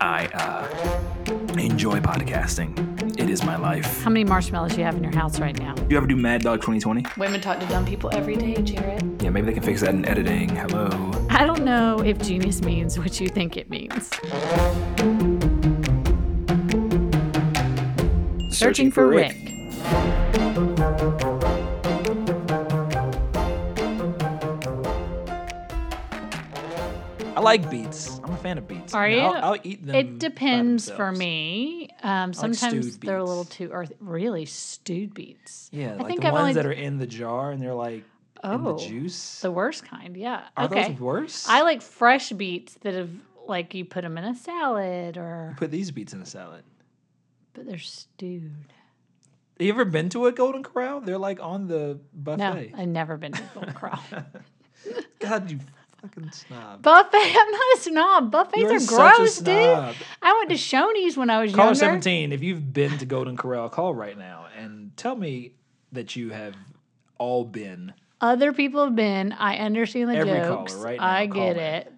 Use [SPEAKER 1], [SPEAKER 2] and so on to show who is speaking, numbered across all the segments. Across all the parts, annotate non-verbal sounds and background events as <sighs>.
[SPEAKER 1] I uh, enjoy podcasting. It is my life.
[SPEAKER 2] How many marshmallows you have in your house right now?
[SPEAKER 1] You ever do Mad Dog 2020?
[SPEAKER 3] Women talk to dumb people every day, Jared.
[SPEAKER 1] Yeah, maybe they can fix that in editing. Hello.
[SPEAKER 2] I don't know if genius means what you think it means. Searching for Rick.
[SPEAKER 4] I like beets. I'm a fan of beets.
[SPEAKER 2] Are
[SPEAKER 4] I mean, I'll-
[SPEAKER 2] you?
[SPEAKER 4] I'll, eat them. by
[SPEAKER 2] It depends for
[SPEAKER 4] themselves.
[SPEAKER 2] me. Um, sometimes
[SPEAKER 4] stewed
[SPEAKER 2] they're a little
[SPEAKER 4] beets.
[SPEAKER 2] too earthy. Really, stewed beets.
[SPEAKER 4] Yeah,
[SPEAKER 2] I
[SPEAKER 4] like
[SPEAKER 2] think
[SPEAKER 4] the
[SPEAKER 2] I've
[SPEAKER 4] ones
[SPEAKER 2] only-
[SPEAKER 4] that are in the jar and they're like in the
[SPEAKER 2] Oh,
[SPEAKER 4] juice.
[SPEAKER 2] The worst kind, yeah.
[SPEAKER 4] are
[SPEAKER 2] okay.
[SPEAKER 4] those worse?
[SPEAKER 2] I like fresh beets that have, like, you put them in a salad or,
[SPEAKER 4] put these beets in a salad.
[SPEAKER 2] but they're stewed.
[SPEAKER 4] Have you ever been to a Golden Corral? They're like on the buffet.
[SPEAKER 2] No, I've never been to <laughs> Golden Corral.
[SPEAKER 4] God, you fucking snob.
[SPEAKER 2] Buffet? <laughs> I'm not a snob. Buffets
[SPEAKER 4] You're
[SPEAKER 2] are
[SPEAKER 4] such a
[SPEAKER 2] gross,
[SPEAKER 4] snob.
[SPEAKER 2] dude. I went to Shoney's when I was
[SPEAKER 4] Caller
[SPEAKER 2] younger.
[SPEAKER 4] 17, if you've been to Golden Corral, call right now and tell me that you have all been.
[SPEAKER 2] Other people have been. I understand the
[SPEAKER 4] Every caller
[SPEAKER 2] jokes.
[SPEAKER 4] right now,
[SPEAKER 2] I get
[SPEAKER 4] call in.
[SPEAKER 2] it.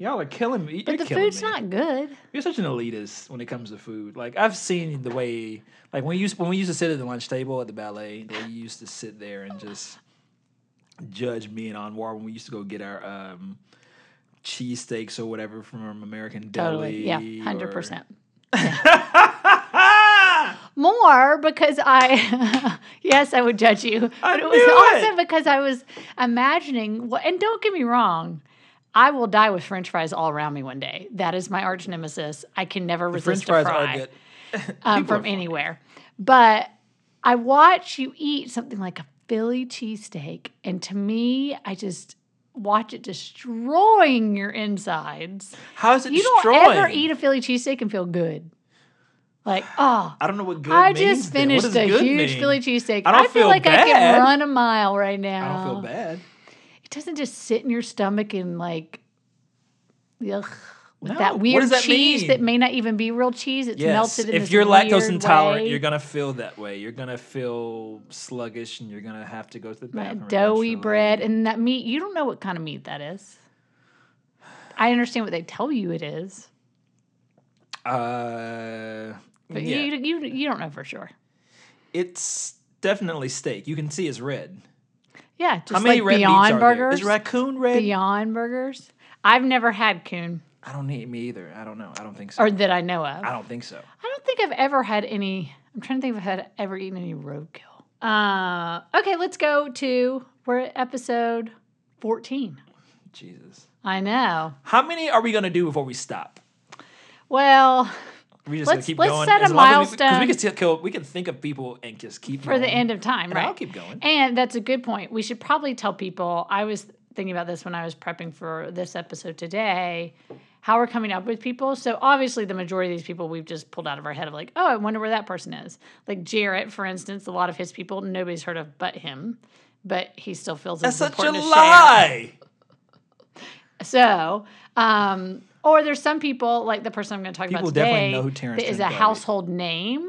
[SPEAKER 4] Y'all are killing me.
[SPEAKER 2] But
[SPEAKER 4] You're
[SPEAKER 2] the
[SPEAKER 4] killing
[SPEAKER 2] food's
[SPEAKER 4] me.
[SPEAKER 2] not good.
[SPEAKER 4] You're such an elitist when it comes to food. Like I've seen the way, like when you used- when we used to sit at the lunch table at the ballet, they used to sit there and just judge me and Anwar when we used to go get our um, cheesesteaks or whatever from American
[SPEAKER 2] Totally.
[SPEAKER 4] Deli.
[SPEAKER 2] yeah, hundred
[SPEAKER 4] or- <laughs>
[SPEAKER 2] percent. More because I, <laughs> yes, I would judge you. But it was
[SPEAKER 4] knew it!
[SPEAKER 2] also because I was imagining. Well, and don't get me wrong, I will die with French fries all around me one day. That is my arch nemesis. I can never
[SPEAKER 4] French
[SPEAKER 2] resist
[SPEAKER 4] fries
[SPEAKER 2] a fry.
[SPEAKER 4] are good.
[SPEAKER 2] um,
[SPEAKER 4] People are
[SPEAKER 2] from
[SPEAKER 4] funny.
[SPEAKER 2] anywhere. But I watch you eat something like a Philly cheesesteak, and to me, I just watch it destroying your insides.
[SPEAKER 4] How is it
[SPEAKER 2] You
[SPEAKER 4] destroying?
[SPEAKER 2] don't ever eat a Philly cheesesteak and feel good.
[SPEAKER 4] <sighs>
[SPEAKER 2] Like, oh,
[SPEAKER 4] I don't know what good
[SPEAKER 2] I
[SPEAKER 4] means
[SPEAKER 2] just
[SPEAKER 4] then. What
[SPEAKER 2] finished
[SPEAKER 4] does
[SPEAKER 2] a
[SPEAKER 4] good
[SPEAKER 2] huge
[SPEAKER 4] mean?
[SPEAKER 2] Philly cheesesteak.
[SPEAKER 4] I don't
[SPEAKER 2] feel,
[SPEAKER 4] feel
[SPEAKER 2] like I
[SPEAKER 4] bad.
[SPEAKER 2] can run a mile right
[SPEAKER 4] I
[SPEAKER 2] now.
[SPEAKER 4] don't feel bad.
[SPEAKER 2] It doesn't just sit in your stomach and like, ugh. With
[SPEAKER 4] No,
[SPEAKER 2] that
[SPEAKER 4] what
[SPEAKER 2] weird
[SPEAKER 4] does that
[SPEAKER 2] cheese
[SPEAKER 4] mean?
[SPEAKER 2] that may not even be real cheese, it's
[SPEAKER 4] Yes,
[SPEAKER 2] melted in
[SPEAKER 4] if
[SPEAKER 2] this
[SPEAKER 4] you're lactose
[SPEAKER 2] weird
[SPEAKER 4] intolerant,
[SPEAKER 2] way.
[SPEAKER 4] you're gonna feel that way. You're gonna feel sluggish, and you're gonna have to go to the bathroom.
[SPEAKER 2] that doughy
[SPEAKER 4] eventually.
[SPEAKER 2] bread and that meat you don't know what kind of meat that is i understand what they tell you it is
[SPEAKER 4] Uh,
[SPEAKER 2] but
[SPEAKER 4] yeah.
[SPEAKER 2] you, you you don't know for sure
[SPEAKER 4] it's definitely steak. You can see it's red.
[SPEAKER 2] yeah just
[SPEAKER 4] How many
[SPEAKER 2] like
[SPEAKER 4] red
[SPEAKER 2] beyond
[SPEAKER 4] beets are there?
[SPEAKER 2] burgers
[SPEAKER 4] Is raccoon red?
[SPEAKER 2] beyond burgers i've never had coon
[SPEAKER 4] I don't need me either. I don't know. I don't think so.
[SPEAKER 2] or that i know of
[SPEAKER 4] I
[SPEAKER 2] i
[SPEAKER 4] don't think so.
[SPEAKER 2] don't think i've ever had any i'm trying to think if i've had ever eaten any roadkill uh okay let's go to we're at episode 14
[SPEAKER 4] Jesus.
[SPEAKER 2] i know
[SPEAKER 4] How many are we gonna do before we stop?
[SPEAKER 2] well
[SPEAKER 4] Are we just
[SPEAKER 2] Let's-
[SPEAKER 4] gonna keep
[SPEAKER 2] let's
[SPEAKER 4] going.
[SPEAKER 2] set a
[SPEAKER 4] Because we
[SPEAKER 2] milestone.
[SPEAKER 4] could still kill. We could think of people and just keep
[SPEAKER 2] for the
[SPEAKER 4] going.
[SPEAKER 2] end of time,
[SPEAKER 4] And
[SPEAKER 2] right?
[SPEAKER 4] I'll keep going.
[SPEAKER 2] And that's a good point. We should probably tell people. I was thinking about this when I was prepping for this episode today. How we're coming up with people. So obviously, the majority of these people we've just pulled out of our head of like, oh, I wonder where that person is. Like Jarrett, for instance, a lot of his people nobody's heard of but him, but he still feels
[SPEAKER 4] That's
[SPEAKER 2] it's
[SPEAKER 4] such a
[SPEAKER 2] important to share.
[SPEAKER 4] lie.
[SPEAKER 2] So, um, or there's some people like the person I'm going to talk about
[SPEAKER 4] People
[SPEAKER 2] today
[SPEAKER 4] definitely know who Terrence
[SPEAKER 2] that is a
[SPEAKER 4] Trent D'Arby is.
[SPEAKER 2] household name,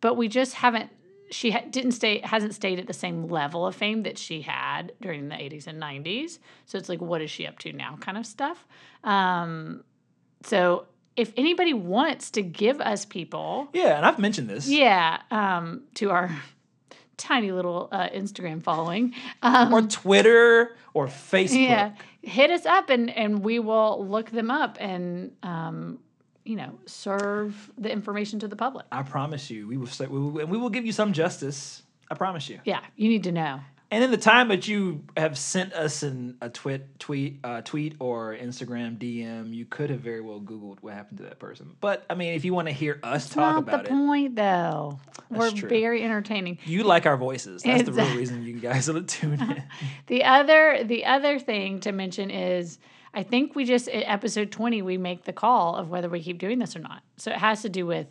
[SPEAKER 2] but we just haven't. She ha- didn't stay, hasn't stayed at the same level of fame that she had during the 80s and 90s. So it's like, what is she up to now, kind of stuff. Um, so if anybody wants to give us people,
[SPEAKER 4] Yeah, and I've mentioned this.
[SPEAKER 2] yeah, um, to our <laughs> tiny little uh, Instagram following, um,
[SPEAKER 4] or Twitter or Facebook.
[SPEAKER 2] yeah hit us up and and we will look them up and um you know serve the information to the public
[SPEAKER 4] I promise you, we will say, we will, and we will give you some justice. I promise you.
[SPEAKER 2] yeah you need to know
[SPEAKER 4] And in the time that you have sent us in a twit, tweet, uh, tweet or Instagram DM, you could have very well Googled what happened to that person. But I mean, if you want to hear us talk
[SPEAKER 2] not the
[SPEAKER 4] about it,
[SPEAKER 2] point though we're
[SPEAKER 4] true.
[SPEAKER 2] very entertaining
[SPEAKER 4] you like our voices. That's the real
[SPEAKER 2] Exact-
[SPEAKER 4] reason you guys <laughs> will tune in.
[SPEAKER 2] <laughs> the other the other thing to mention is i think we just at episode 20 we make the call of whether we keep doing this or not so it has to do with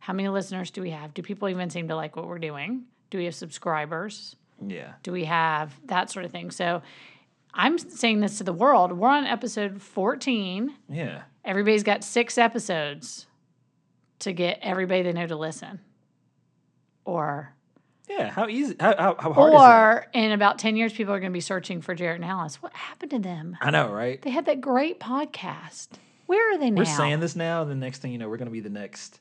[SPEAKER 2] how many listeners do we have do people even seem to like what we're doing do we have subscribers
[SPEAKER 4] yeah.
[SPEAKER 2] do we have that sort of thing so i'm saying this to the world we're on episode 14
[SPEAKER 4] Yeah.
[SPEAKER 2] everybody's got six episodes to get everybody they know to listen or
[SPEAKER 4] Yeah. How easy, how, how, how hard is that?
[SPEAKER 2] or in about 10 years people are going to be searching for jared and alice what happened to them
[SPEAKER 4] I know, right?
[SPEAKER 2] they had that great podcast Where are they now?
[SPEAKER 4] We're saying this now, and the next thing you know, we're going to be the next.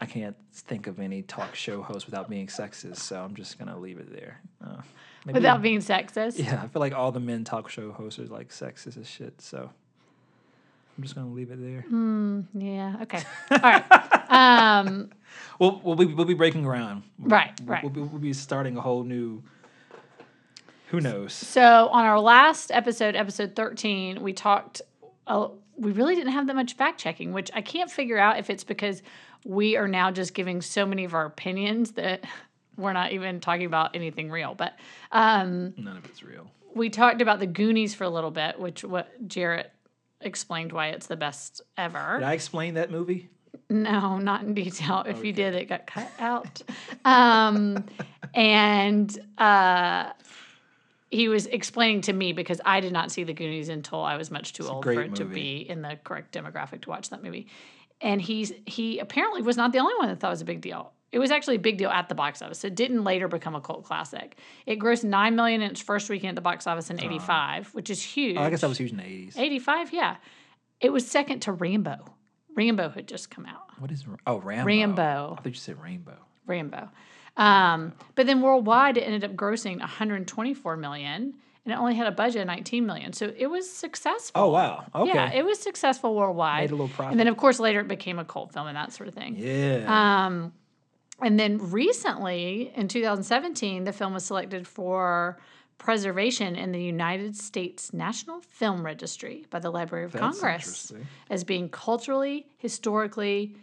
[SPEAKER 4] I can't think of any talk show host without being sexist, so I'm just going to leave it there. Uh, maybe-
[SPEAKER 2] without being sexist.
[SPEAKER 4] yeah, I feel like all the men talk show hosts are like sexist as shit, so I'm just going to leave it there.
[SPEAKER 2] Mm. Yeah, Okay. All right. Um,
[SPEAKER 4] We'll, we'll, be, we'll be breaking ground.
[SPEAKER 2] right.
[SPEAKER 4] <laughs>
[SPEAKER 2] Right.
[SPEAKER 4] We'll, be, we'll be starting a whole new. Who knows?
[SPEAKER 2] So on our last episode, episode 13, we talked uh, we really didn't have that much fact checking, which I can't figure out if it's because we are now just giving so many of our opinions that <laughs> we're not even talking about anything real. But um,
[SPEAKER 4] None of it's real.
[SPEAKER 2] we talked about the Goonies for a little bit, which what Jarrett explained why it's the best ever.
[SPEAKER 4] Did I explain that movie?
[SPEAKER 2] No, not in detail. If you did, it got cut out. Um, and uh, he was explaining to me because I did not see the Goonies until I was much too old for
[SPEAKER 4] great
[SPEAKER 2] it to
[SPEAKER 4] movie.
[SPEAKER 2] be in the correct demographic to watch that movie. And he's he apparently was not the only one that thought it was a big deal. It was actually a big deal at the box office. It didn't later become a cult classic. It grossed nine million in its first weekend at the box office in '85, which is huge.
[SPEAKER 4] Oh, I guess that was huge in the 80s.
[SPEAKER 2] 85, yeah. It was second to Rambo. Rambo had just come out.
[SPEAKER 4] What is Ra- oh Rambo?
[SPEAKER 2] Rambo.
[SPEAKER 4] I thought you said Rainbow.
[SPEAKER 2] Rambo. Um, but then worldwide, it ended up grossing 124 million, and it only had a budget of 19 million. So it was successful.
[SPEAKER 4] Oh wow. Okay.
[SPEAKER 2] Yeah, it was successful worldwide.
[SPEAKER 4] Made a little
[SPEAKER 2] And then, of course, later it became a cult film and that sort of thing.
[SPEAKER 4] yeah.
[SPEAKER 2] Um, and then recently, in 2017, the film was selected for preservation in the United States National Film Registry by the Library of
[SPEAKER 4] That's
[SPEAKER 2] Congress
[SPEAKER 4] interesting.
[SPEAKER 2] as being culturally, historically,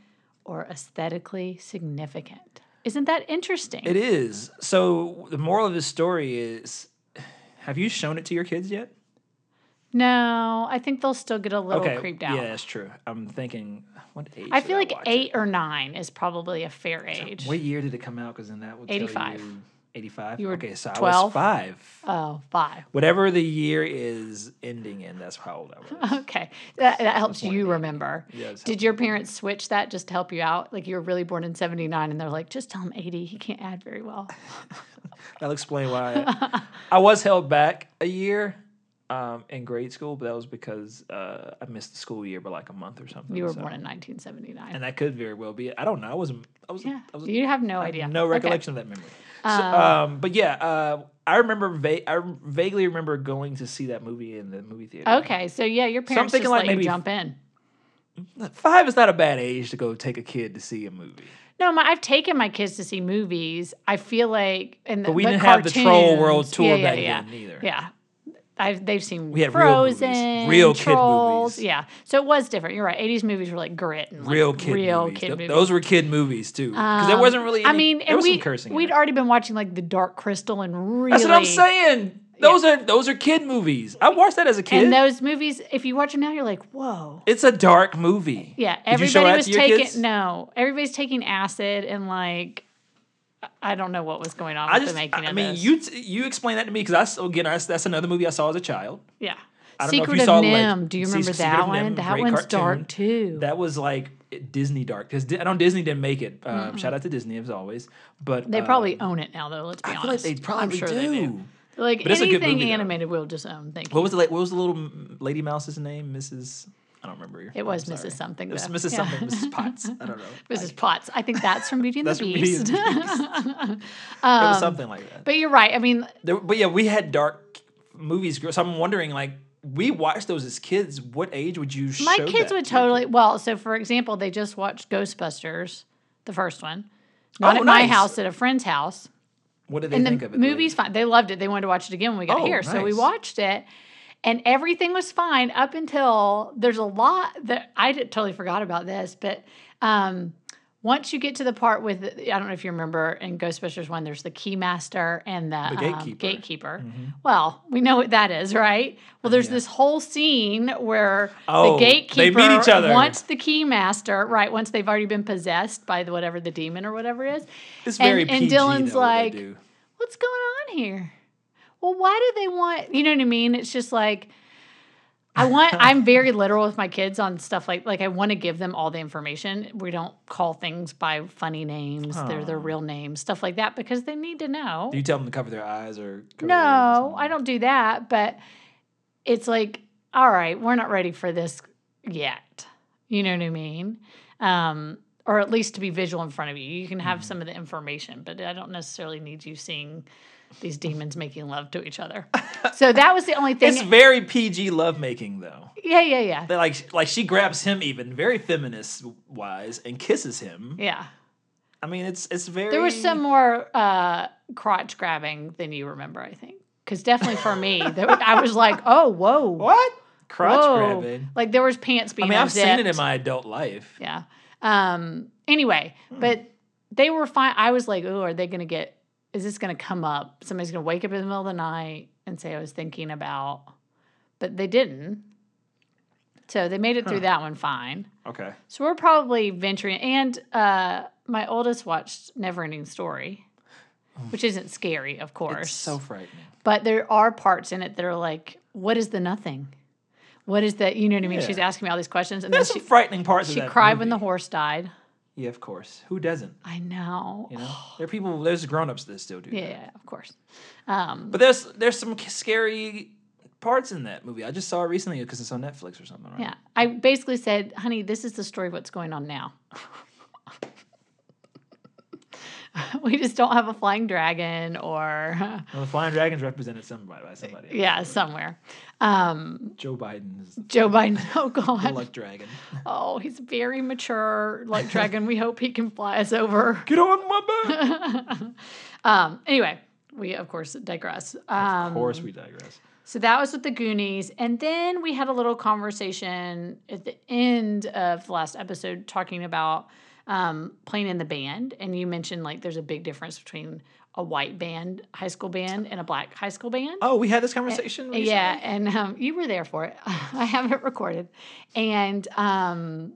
[SPEAKER 2] or aesthetically significant. Isn't that interesting?
[SPEAKER 4] it is. So the moral of this story is: Have you shown it to your kids yet?
[SPEAKER 2] No, I think they'll still get a little
[SPEAKER 4] okay.
[SPEAKER 2] creeped out.
[SPEAKER 4] Yeah, that's true. I'm thinking, what age?
[SPEAKER 2] Oh, I
[SPEAKER 4] did
[SPEAKER 2] feel like
[SPEAKER 4] watch it?
[SPEAKER 2] eight or nine is probably a fair age.
[SPEAKER 4] What year did it come out? Because then that would tell
[SPEAKER 2] 85.
[SPEAKER 4] you- 85.
[SPEAKER 2] You were
[SPEAKER 4] okay, so I
[SPEAKER 2] 12?
[SPEAKER 4] was five.
[SPEAKER 2] Oh, five. <laughs>
[SPEAKER 4] Whatever the year is ending in, that's how old I was.
[SPEAKER 2] <laughs> Okay, that, that helps you remember.
[SPEAKER 4] Yes.
[SPEAKER 2] Did your parents switch that just to help you out? Like you were really born in '79, and they're like, "Just tell him '80. He can't add very well."
[SPEAKER 4] That'll explain why I was held back a year um, in grade school, but that was because uh, I missed the school year by like a month or something.
[SPEAKER 2] You were
[SPEAKER 4] so-
[SPEAKER 2] born in 1979.
[SPEAKER 4] and that could very well be it. I don't know. I was I was,
[SPEAKER 2] yeah,
[SPEAKER 4] I was
[SPEAKER 2] you have no
[SPEAKER 4] I have
[SPEAKER 2] idea.
[SPEAKER 4] no
[SPEAKER 2] Okay. Oh.
[SPEAKER 4] recollection of that memory. So, um, but yeah, uh, I remember. Va- I vaguely remember going to see that movie in the movie theater.
[SPEAKER 2] Okay. so yeah, your parents
[SPEAKER 4] thinking
[SPEAKER 2] just
[SPEAKER 4] like
[SPEAKER 2] let you
[SPEAKER 4] maybe
[SPEAKER 2] jump in.
[SPEAKER 4] Five is not a bad age to go take a kid to see a movie.
[SPEAKER 2] No, my, I've taken my kids to see movies. I feel like, and the,
[SPEAKER 4] But we didn't have the Troll World
[SPEAKER 2] cartoons-
[SPEAKER 4] Tour
[SPEAKER 2] yeah, yeah,
[SPEAKER 4] back
[SPEAKER 2] yeah.
[SPEAKER 4] then either.
[SPEAKER 2] Yeah, I've, they've seen
[SPEAKER 4] We had real movies,
[SPEAKER 2] Frozen,
[SPEAKER 4] real kid
[SPEAKER 2] Trolls.
[SPEAKER 4] movies.
[SPEAKER 2] Yeah, so it was different. You're right. 80s movies were like grit and like
[SPEAKER 4] Real kid
[SPEAKER 2] real
[SPEAKER 4] movies.
[SPEAKER 2] kid
[SPEAKER 4] Th-
[SPEAKER 2] movies.
[SPEAKER 4] Those were kid movies too, because there
[SPEAKER 2] Um,
[SPEAKER 4] wasn't really. Any,
[SPEAKER 2] I mean,
[SPEAKER 4] there
[SPEAKER 2] and
[SPEAKER 4] was
[SPEAKER 2] we
[SPEAKER 4] some cursing. in
[SPEAKER 2] we'd
[SPEAKER 4] it.
[SPEAKER 2] already been watching like The Dark Crystal and really.
[SPEAKER 4] That's what I'm saying. Those are those are kid movies. I watched that as a kid.
[SPEAKER 2] And those movies, if you watch them now, you're like, whoa.
[SPEAKER 4] it's a dark movie.
[SPEAKER 2] Yeah,
[SPEAKER 4] Did you show
[SPEAKER 2] everybody
[SPEAKER 4] that
[SPEAKER 2] was
[SPEAKER 4] to your
[SPEAKER 2] taking
[SPEAKER 4] kids?
[SPEAKER 2] no, everybody's taking acid and like, I- I don't know what was going on
[SPEAKER 4] I
[SPEAKER 2] with
[SPEAKER 4] just.
[SPEAKER 2] the
[SPEAKER 4] I
[SPEAKER 2] making
[SPEAKER 4] I
[SPEAKER 2] of
[SPEAKER 4] mean,
[SPEAKER 2] this.
[SPEAKER 4] you t- you explained that to me because I still again I, that's another movie I saw as a child.
[SPEAKER 2] yeah,
[SPEAKER 4] I don't know if
[SPEAKER 2] Secret
[SPEAKER 4] you
[SPEAKER 2] of
[SPEAKER 4] saw, like,
[SPEAKER 2] Nim. Do you
[SPEAKER 4] Se-
[SPEAKER 2] remember
[SPEAKER 4] Secret
[SPEAKER 2] that
[SPEAKER 4] of
[SPEAKER 2] one?
[SPEAKER 4] Nim,
[SPEAKER 2] that
[SPEAKER 4] great
[SPEAKER 2] one's
[SPEAKER 4] cartoon.
[SPEAKER 2] dark too.
[SPEAKER 4] That was like Disney dark because I know Disney didn't make it. Um, shout out to Disney as always, but
[SPEAKER 2] they
[SPEAKER 4] um,
[SPEAKER 2] probably own it now, though. Let's be
[SPEAKER 4] I feel like
[SPEAKER 2] honest.
[SPEAKER 4] they probably
[SPEAKER 2] sure
[SPEAKER 4] do.
[SPEAKER 2] they do. Like
[SPEAKER 4] But it's a good
[SPEAKER 2] anything
[SPEAKER 4] movie, though.
[SPEAKER 2] animated, we'll just own. Thank you.
[SPEAKER 4] What was the like, what was the little m- lady mouse's name? Mrs. I don't remember.
[SPEAKER 2] It was Mrs.
[SPEAKER 4] sorry.
[SPEAKER 2] something,
[SPEAKER 4] It was
[SPEAKER 2] though.
[SPEAKER 4] Mrs.
[SPEAKER 2] Yeah. <laughs>
[SPEAKER 4] Something. Mrs. Potts. I don't know.
[SPEAKER 2] Mrs. Potts. I think that's from Beauty and
[SPEAKER 4] That's
[SPEAKER 2] the
[SPEAKER 4] from
[SPEAKER 2] Beast.
[SPEAKER 4] Beauty and it
[SPEAKER 2] Um,
[SPEAKER 4] was something like
[SPEAKER 2] <laughs>
[SPEAKER 4] that.
[SPEAKER 2] but you're right. I mean,
[SPEAKER 4] There, but yeah, we had dark movies. grow- So I'm wondering, like, we watched those as kids. What age would you?
[SPEAKER 2] my
[SPEAKER 4] show
[SPEAKER 2] kids
[SPEAKER 4] that
[SPEAKER 2] would
[SPEAKER 4] to your
[SPEAKER 2] totally.
[SPEAKER 4] kid?
[SPEAKER 2] Well, so for example, they just watched Ghostbusters, the first one. Not
[SPEAKER 4] Oh,
[SPEAKER 2] at my
[SPEAKER 4] nice.
[SPEAKER 2] house, at a friend's house.
[SPEAKER 4] What did they
[SPEAKER 2] And
[SPEAKER 4] think
[SPEAKER 2] the
[SPEAKER 4] of it?
[SPEAKER 2] movie's fine. They loved it. They wanted to watch it again when we got
[SPEAKER 4] Oh,
[SPEAKER 2] here. So we
[SPEAKER 4] nice.
[SPEAKER 2] watched it. And everything was fine up until there's a lot that I did, totally forgot about this, but um, once you get to the part with I don't know if you remember in Ghostbusters one, there's the keymaster and the,
[SPEAKER 4] The
[SPEAKER 2] um,
[SPEAKER 4] gatekeeper. Mm-hmm.
[SPEAKER 2] gatekeeper. Well, we know what that is, right? Well, there's this whole scene where the
[SPEAKER 4] Oh, they meet
[SPEAKER 2] gatekeeper
[SPEAKER 4] each other.
[SPEAKER 2] wants the keymaster, right? Once they've already been possessed by the, whatever the demon or whatever is,
[SPEAKER 4] It's
[SPEAKER 2] and-
[SPEAKER 4] very
[SPEAKER 2] and
[SPEAKER 4] PG,
[SPEAKER 2] Dylan's
[SPEAKER 4] though, what they
[SPEAKER 2] like,
[SPEAKER 4] do.
[SPEAKER 2] what's going on here? Well, why do they want, you know what I mean? It's just like, I want, I'm very literal with my kids on stuff like, like I want to give them all the information. We don't call things by funny names. They're their real names, stuff like that, because they need to know.
[SPEAKER 4] Do you tell them to cover their eyes or? Cover their ears
[SPEAKER 2] No,
[SPEAKER 4] and-
[SPEAKER 2] I don't do that. But it's like, all right, we're not ready for this yet. You know what I mean? Um, or at least to be visual in front of you. You can have
[SPEAKER 4] Mm-hmm.
[SPEAKER 2] some of the information, but I don't necessarily need you seeing these demons making love to each other.
[SPEAKER 4] <laughs>
[SPEAKER 2] so that was the only thing.
[SPEAKER 4] It's very PG lovemaking though.
[SPEAKER 2] yeah, yeah, yeah.
[SPEAKER 4] They like like she grabs him even very feminist wise and kisses him.
[SPEAKER 2] Yeah.
[SPEAKER 4] I mean it's it's very
[SPEAKER 2] There was some more uh, crotch grabbing than you remember, I think. Because definitely for me,
[SPEAKER 4] <laughs>
[SPEAKER 2] there, I was like, oh, whoa.
[SPEAKER 4] what crotch
[SPEAKER 2] whoa.
[SPEAKER 4] grabbing.
[SPEAKER 2] Like there was pants
[SPEAKER 4] I
[SPEAKER 2] being
[SPEAKER 4] mean I've seen it
[SPEAKER 2] unzipped.
[SPEAKER 4] in my adult life.
[SPEAKER 2] Yeah. Um. Anyway, but they were fine. I was like, "Oh, are they going to get? Is this going to come up? Somebody's going to wake up in the middle of the night and say I was thinking about." But they didn't. So they made it through that one fine.
[SPEAKER 4] Okay.
[SPEAKER 2] So we're probably venturing. And uh, my oldest watched Neverending Story, which isn't scary, of course.
[SPEAKER 4] Oh. It's so frightening.
[SPEAKER 2] But there are parts in it that are like, what is the nothing? What is that? You know what I mean?
[SPEAKER 4] Yeah.
[SPEAKER 2] She's asking me all these questions. And then
[SPEAKER 4] There's
[SPEAKER 2] she,
[SPEAKER 4] some frightening parts of
[SPEAKER 2] she
[SPEAKER 4] that
[SPEAKER 2] cried when the
[SPEAKER 4] movie.
[SPEAKER 2] horse died.
[SPEAKER 4] Yeah, of course. Who doesn't?
[SPEAKER 2] I know.
[SPEAKER 4] You
[SPEAKER 2] <sighs>
[SPEAKER 4] know? there are people there's grown ups that still do that.
[SPEAKER 2] Yeah, yeah, of course. Um,
[SPEAKER 4] But there's there's some k- scary parts in that movie. I just saw it recently because it's on Netflix or something, right?
[SPEAKER 2] yeah. I basically said, honey, this is the story of what's going on now. <laughs> we just don't have a flying dragon or, <laughs>
[SPEAKER 4] Well, the Flying Dragons represented somebody by somebody.
[SPEAKER 2] yeah, somewhere. Um,
[SPEAKER 4] Joe Biden
[SPEAKER 2] <laughs>
[SPEAKER 4] is
[SPEAKER 2] Joe Biden, oh
[SPEAKER 4] the
[SPEAKER 2] God.
[SPEAKER 4] luck dragon.
[SPEAKER 2] Oh, he's very mature, like dragon. We hope he can fly us over.
[SPEAKER 4] Get on my back.
[SPEAKER 2] Um, anyway, we, of course, digress. <laughs> Um,
[SPEAKER 4] of course, we digress.
[SPEAKER 2] So that was with the Goonies. And then we had a little conversation at the end of the last episode talking about um, playing in the band. And you mentioned like there's a big difference between a white band, high school band, and a black high school band.
[SPEAKER 4] Oh, we had this conversation. recently?
[SPEAKER 2] Yeah, and um, you were there for it. <laughs> I have it recorded, and um,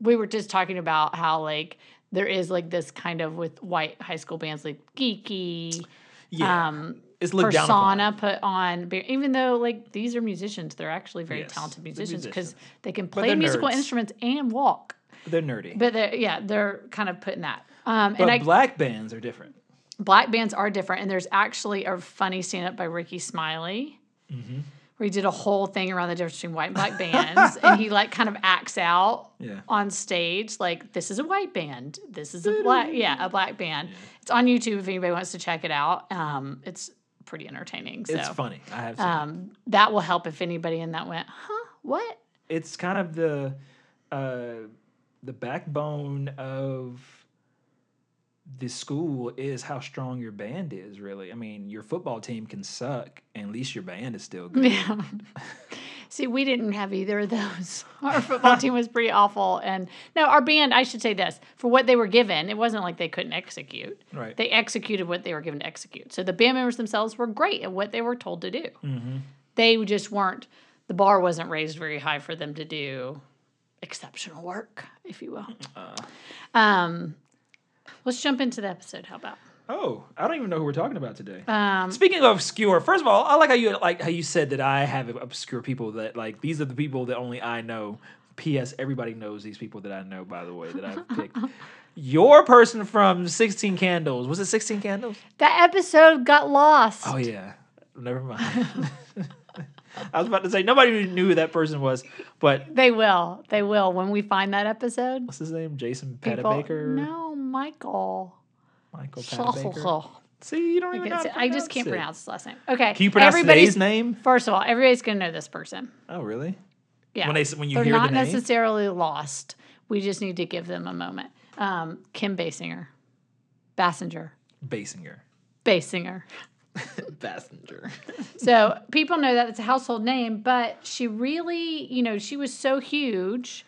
[SPEAKER 2] we were just talking about how like there is like this kind of with white high school bands like geeky,
[SPEAKER 4] yeah.
[SPEAKER 2] um,
[SPEAKER 4] it's looked down upon.
[SPEAKER 2] persona put on, be- even though like these are musicians, they're actually very
[SPEAKER 4] Yes,
[SPEAKER 2] talented
[SPEAKER 4] they're
[SPEAKER 2] musicians because
[SPEAKER 4] musicians.
[SPEAKER 2] they can play
[SPEAKER 4] they're
[SPEAKER 2] musical
[SPEAKER 4] nerds.
[SPEAKER 2] instruments and walk.
[SPEAKER 4] They're nerdy, but,
[SPEAKER 2] But they're, yeah, they're kind of putting that. Um, and I,
[SPEAKER 4] black bands are different.
[SPEAKER 2] black bands are different and there's actually a funny stand-up by ricky smiley
[SPEAKER 4] Mm-hmm.
[SPEAKER 2] where he did a whole thing around the difference between white and black
[SPEAKER 4] <laughs>
[SPEAKER 2] bands and he like kind of acts out
[SPEAKER 4] Yeah.
[SPEAKER 2] on stage like this is a white band this is a black yeah a black band it's on youtube if anybody wants to check it out um, it's pretty entertaining so
[SPEAKER 4] It's funny. I have. Seen it.
[SPEAKER 2] Um, that will help if anybody in that went huh what <laughs>
[SPEAKER 4] It's kind of the uh, the backbone of the school is how strong your band is. Really, I mean, your football team can suck, and at least your band is still good.
[SPEAKER 2] Yeah. See, we didn't have either of those. <laughs> Our football team was pretty awful. And no, our band, I should say this for what they were given, it wasn't like they couldn't execute.
[SPEAKER 4] Right.
[SPEAKER 2] They executed what they were given to execute. So the band members themselves were great at what they were told to do. They just weren't, the bar wasn't raised very high for them to do exceptional work, if you will. Um, let's jump into the episode. How about?
[SPEAKER 4] Oh, I don't even know who we're talking about today.
[SPEAKER 2] Um,
[SPEAKER 4] Speaking of obscure, first of all, I like how you like how you said that I have obscure people that like these are the people that only I know. P.S. Everybody knows these people that I know. By the way, that I've
[SPEAKER 2] <laughs>
[SPEAKER 4] picked. Your person from Sixteen Candles was it Sixteen Candles?
[SPEAKER 2] that episode got lost.
[SPEAKER 4] Oh yeah, never mind. <laughs> I was about to say nobody knew who that person was, but
[SPEAKER 2] They will. They will. When we find that episode,
[SPEAKER 4] what's his name? Jason
[SPEAKER 2] people-
[SPEAKER 4] Patabaker,
[SPEAKER 2] No, Michael.
[SPEAKER 4] Michael Patabaker.
[SPEAKER 2] Schlossel.
[SPEAKER 4] See, you don't even know.
[SPEAKER 2] It's-
[SPEAKER 4] how to
[SPEAKER 2] I just can't
[SPEAKER 4] it.
[SPEAKER 2] pronounce his last name. Okay.
[SPEAKER 4] Can you pronounce
[SPEAKER 2] everybody's,
[SPEAKER 4] today's name?
[SPEAKER 2] First of all, everybody's going to know this person.
[SPEAKER 4] Oh really?
[SPEAKER 2] Yeah.
[SPEAKER 4] When they s- when you
[SPEAKER 2] They're
[SPEAKER 4] hear the
[SPEAKER 2] not
[SPEAKER 4] name?
[SPEAKER 2] necessarily lost. We just need to give them a moment. Um, Kim Basinger. Bassinger.
[SPEAKER 4] Basinger.
[SPEAKER 2] Basinger. <laughs>
[SPEAKER 4] Bassinger.
[SPEAKER 2] So people know that it's a household name, but she really, you know, she was so huge,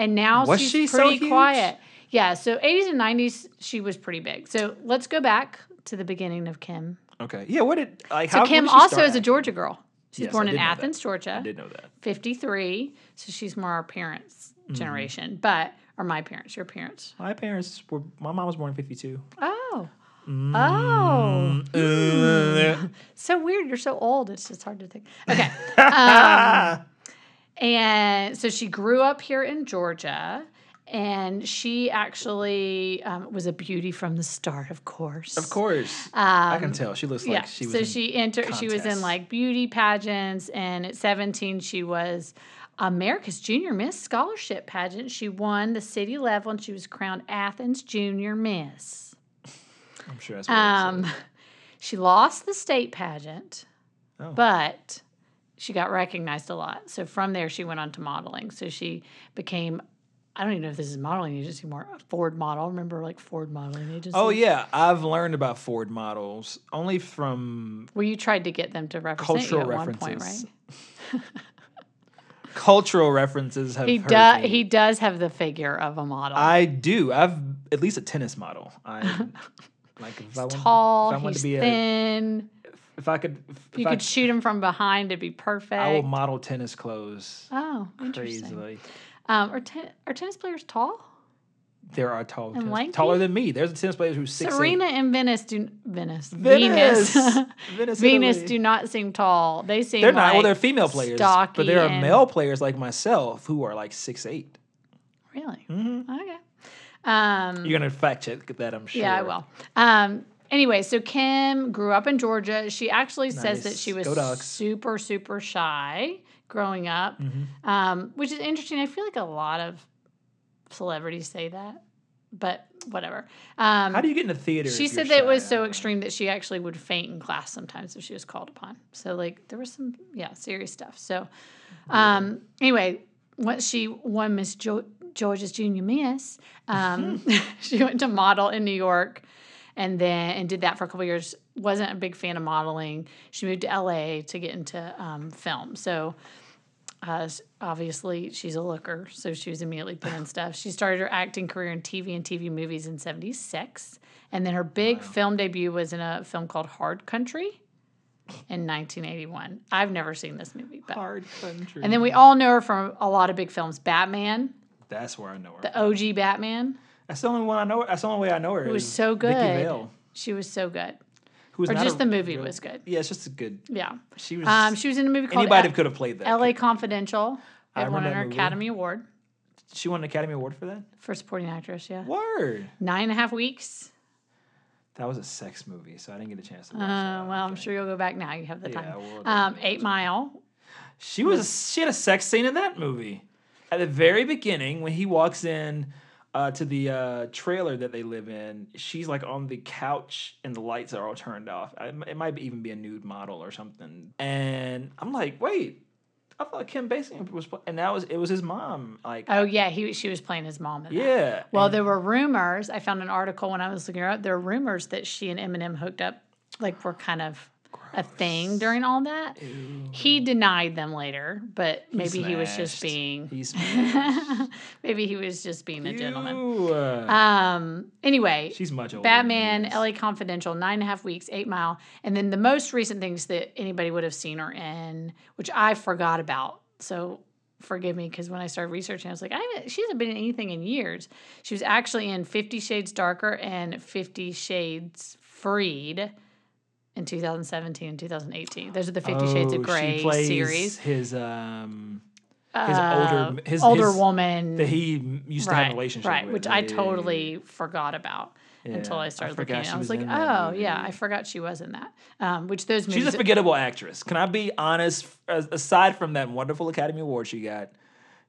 [SPEAKER 2] and now
[SPEAKER 4] Was
[SPEAKER 2] she's
[SPEAKER 4] she so
[SPEAKER 2] pretty
[SPEAKER 4] huge?
[SPEAKER 2] quiet. Yeah, so 80s and 90s, she was pretty big. So let's go back to the beginning of Kim.
[SPEAKER 4] Okay. Yeah. What did like?
[SPEAKER 2] So
[SPEAKER 4] how
[SPEAKER 2] Kim also is a Georgia girl. She's
[SPEAKER 4] Yes,
[SPEAKER 2] born
[SPEAKER 4] I
[SPEAKER 2] in
[SPEAKER 4] did know that.
[SPEAKER 2] Athens,
[SPEAKER 4] I
[SPEAKER 2] Georgia,
[SPEAKER 4] did know that.
[SPEAKER 2] 53. So she's more our parents'
[SPEAKER 4] Mm-hmm.
[SPEAKER 2] generation, but or my parents, your parents.
[SPEAKER 4] My parents were. My mom was born
[SPEAKER 2] <laughs>
[SPEAKER 4] in '52.
[SPEAKER 2] Oh.
[SPEAKER 4] Mm.
[SPEAKER 2] Oh. So weird. You're so old. It's just hard to
[SPEAKER 4] <laughs>
[SPEAKER 2] think. Okay. Um, and so she grew up here in Georgia, and she actually um, was a beauty from the start, of course.
[SPEAKER 4] of course, I can tell. She looks
[SPEAKER 2] Um, Yeah.
[SPEAKER 4] like she was.
[SPEAKER 2] so
[SPEAKER 4] in
[SPEAKER 2] she entered. She was in
[SPEAKER 4] contests.
[SPEAKER 2] like beauty pageants, and at 17, she was America's Junior Miss Scholarship pageant. She won the city level and she was crowned Athens Junior Miss.
[SPEAKER 4] I'm sure that's what
[SPEAKER 2] Um, she lost the state pageant,
[SPEAKER 4] Oh.
[SPEAKER 2] but she got recognized a lot. So from there, she went on to modeling. So she became. I don't even know if this is modeling agency more Ford model. Remember, like Ford modeling agency.
[SPEAKER 4] Oh yeah, I've learned about Ford models only from
[SPEAKER 2] Well, you tried to get them to represent
[SPEAKER 4] Cultural
[SPEAKER 2] you at one point,
[SPEAKER 4] references.
[SPEAKER 2] right?
[SPEAKER 4] cultural references. Have
[SPEAKER 2] He
[SPEAKER 4] hurt
[SPEAKER 2] does.
[SPEAKER 4] me.
[SPEAKER 2] He does have the figure of a model.
[SPEAKER 4] I do. I've at least a tennis model.
[SPEAKER 2] <laughs>
[SPEAKER 4] I like if I wanted,
[SPEAKER 2] Tall.
[SPEAKER 4] If I wanted
[SPEAKER 2] he's
[SPEAKER 4] to be
[SPEAKER 2] thin.
[SPEAKER 4] a, if I could, if,
[SPEAKER 2] you
[SPEAKER 4] I,
[SPEAKER 2] could shoot him from behind to be perfect.
[SPEAKER 4] I will model tennis clothes.
[SPEAKER 2] oh, interesting.
[SPEAKER 4] Crazily,
[SPEAKER 2] Um, are, ten- are tennis players tall?
[SPEAKER 4] there are tall, tennis,
[SPEAKER 2] lanky?
[SPEAKER 4] taller than me. There's a tennis player who's six.
[SPEAKER 2] Serena and Venice do Venice
[SPEAKER 4] Venus,
[SPEAKER 2] Venus <laughs>
[SPEAKER 4] <laughs> Venus,
[SPEAKER 2] Venus
[SPEAKER 4] Italy.
[SPEAKER 2] do not seem tall. They seem
[SPEAKER 4] They're not. Well,
[SPEAKER 2] like
[SPEAKER 4] they're female players,
[SPEAKER 2] stocky
[SPEAKER 4] but there are
[SPEAKER 2] and-
[SPEAKER 4] male players like myself who are like six eight.
[SPEAKER 2] Really?
[SPEAKER 4] Mm-hmm.
[SPEAKER 2] Okay. Um,
[SPEAKER 4] You're gonna fact check that, I'm sure.
[SPEAKER 2] Yeah, I will. Um, anyway, so Kim grew up in Georgia. She actually says that
[SPEAKER 4] Nice.
[SPEAKER 2] she
[SPEAKER 4] Go
[SPEAKER 2] was
[SPEAKER 4] Ducks.
[SPEAKER 2] super, super shy growing up,
[SPEAKER 4] Mm-hmm.
[SPEAKER 2] um, which is interesting. I feel like a lot of celebrities say that, but whatever. Um,
[SPEAKER 4] How do you get in the theater?
[SPEAKER 2] she
[SPEAKER 4] if you're
[SPEAKER 2] said that it
[SPEAKER 4] shy?
[SPEAKER 2] was
[SPEAKER 4] I
[SPEAKER 2] so
[SPEAKER 4] don't know.
[SPEAKER 2] extreme that she actually would faint in class sometimes if she was called upon. So like there was some yeah serious stuff. So um, anyway, once she won Miss jo- Georgia's Junior Miss, um,
[SPEAKER 4] Hmm.
[SPEAKER 2] <laughs> she went to model in New York, and then and did that for a couple years. wasn't a big fan of modeling. She moved to L.A. to get into um, film. So. Uh, s- obviously, she's a looker, so she was immediately put
[SPEAKER 4] <sighs>
[SPEAKER 2] in stuff. She started her acting career in TV and TV movies in 76. And then her big film debut was in a film called Hard Country in 1981. I've never seen this movie. But.
[SPEAKER 4] Hard country.
[SPEAKER 2] And then we all know her from a lot of big films Batman,
[SPEAKER 4] that's where I know her.
[SPEAKER 2] the OG Batman.
[SPEAKER 4] that's the only one I know. That's the only way I know her. It
[SPEAKER 2] was so good.
[SPEAKER 4] Vicky Vale,
[SPEAKER 2] She was so good.
[SPEAKER 4] who was
[SPEAKER 2] Or
[SPEAKER 4] not
[SPEAKER 2] just
[SPEAKER 4] a
[SPEAKER 2] the movie
[SPEAKER 4] real-
[SPEAKER 2] was good.
[SPEAKER 4] Yeah, it's just a good.
[SPEAKER 2] Yeah.
[SPEAKER 4] She was.
[SPEAKER 2] Um, she was in a movie called
[SPEAKER 4] anybody
[SPEAKER 2] L-
[SPEAKER 4] could have played that.
[SPEAKER 2] LA Confidential.
[SPEAKER 4] I
[SPEAKER 2] It won
[SPEAKER 4] remember
[SPEAKER 2] an
[SPEAKER 4] that movie.
[SPEAKER 2] Academy Award
[SPEAKER 4] She won an Academy Award for that.
[SPEAKER 2] for supporting actress. Yeah.
[SPEAKER 4] Word.
[SPEAKER 2] Nine and a half weeks.
[SPEAKER 4] That was a sex movie, so I didn't get a chance to watch that.
[SPEAKER 2] Uh, well, I'm sure you'll go back now. You have the
[SPEAKER 4] Yeah,
[SPEAKER 2] time.
[SPEAKER 4] I will
[SPEAKER 2] Um,
[SPEAKER 4] definitely
[SPEAKER 2] Eight Mile.
[SPEAKER 4] She
[SPEAKER 2] Hmm.
[SPEAKER 4] was. She had a sex scene in that movie. At the very beginning, when he walks in uh, to the uh, trailer that they live in, she's like on the couch and the lights are all turned off. I- It might even be a nude model or something. And I'm like, wait, I thought Kim Basinger was, pl-" and that was it was his mom. Like,
[SPEAKER 2] Oh yeah, he she was playing his mom. In that.
[SPEAKER 4] yeah.
[SPEAKER 2] Well, there were rumors. I found an article when I was looking her up. There were rumors that she and Eminem hooked up, like were kind of a thing during all that. He denied them later, but maybe he was just
[SPEAKER 4] smashed.
[SPEAKER 2] being
[SPEAKER 4] He's
[SPEAKER 2] <laughs> maybe he was just being a gentleman.
[SPEAKER 4] Ew, uh,
[SPEAKER 2] Um. Anyway,
[SPEAKER 4] she's much older. than me.
[SPEAKER 2] Batman, LA Confidential, nine and a half weeks, Eight Mile, and then the most recent things that anybody would have seen her in, which I forgot about. So forgive me because when I started researching, I was like, I haven't, she hasn't been in anything in years. She was actually in Fifty Shades Darker and Fifty Shades Freed in 2017 and 2018. Those are the Fifty Shades
[SPEAKER 4] Oh,
[SPEAKER 2] of
[SPEAKER 4] she
[SPEAKER 2] Grey
[SPEAKER 4] plays
[SPEAKER 2] series.
[SPEAKER 4] His um, his
[SPEAKER 2] Uh,
[SPEAKER 4] older his
[SPEAKER 2] older
[SPEAKER 4] his-
[SPEAKER 2] woman
[SPEAKER 4] that he m- used to have a relationship
[SPEAKER 2] Mm-hmm. right,
[SPEAKER 4] with.
[SPEAKER 2] which
[SPEAKER 4] Yeah,
[SPEAKER 2] I
[SPEAKER 4] yeah, yeah, yeah.
[SPEAKER 2] totally forgot about until
[SPEAKER 4] Yeah,
[SPEAKER 2] I
[SPEAKER 4] I
[SPEAKER 2] started
[SPEAKER 4] forgot
[SPEAKER 2] looking at it.
[SPEAKER 4] she
[SPEAKER 2] I was
[SPEAKER 4] was
[SPEAKER 2] like,
[SPEAKER 4] in that
[SPEAKER 2] oh, yeah, I forgot she was in that. Um, which those movies.
[SPEAKER 4] She's a forgettable actress. Can I be honest? As- Aside from that wonderful Academy Award she got,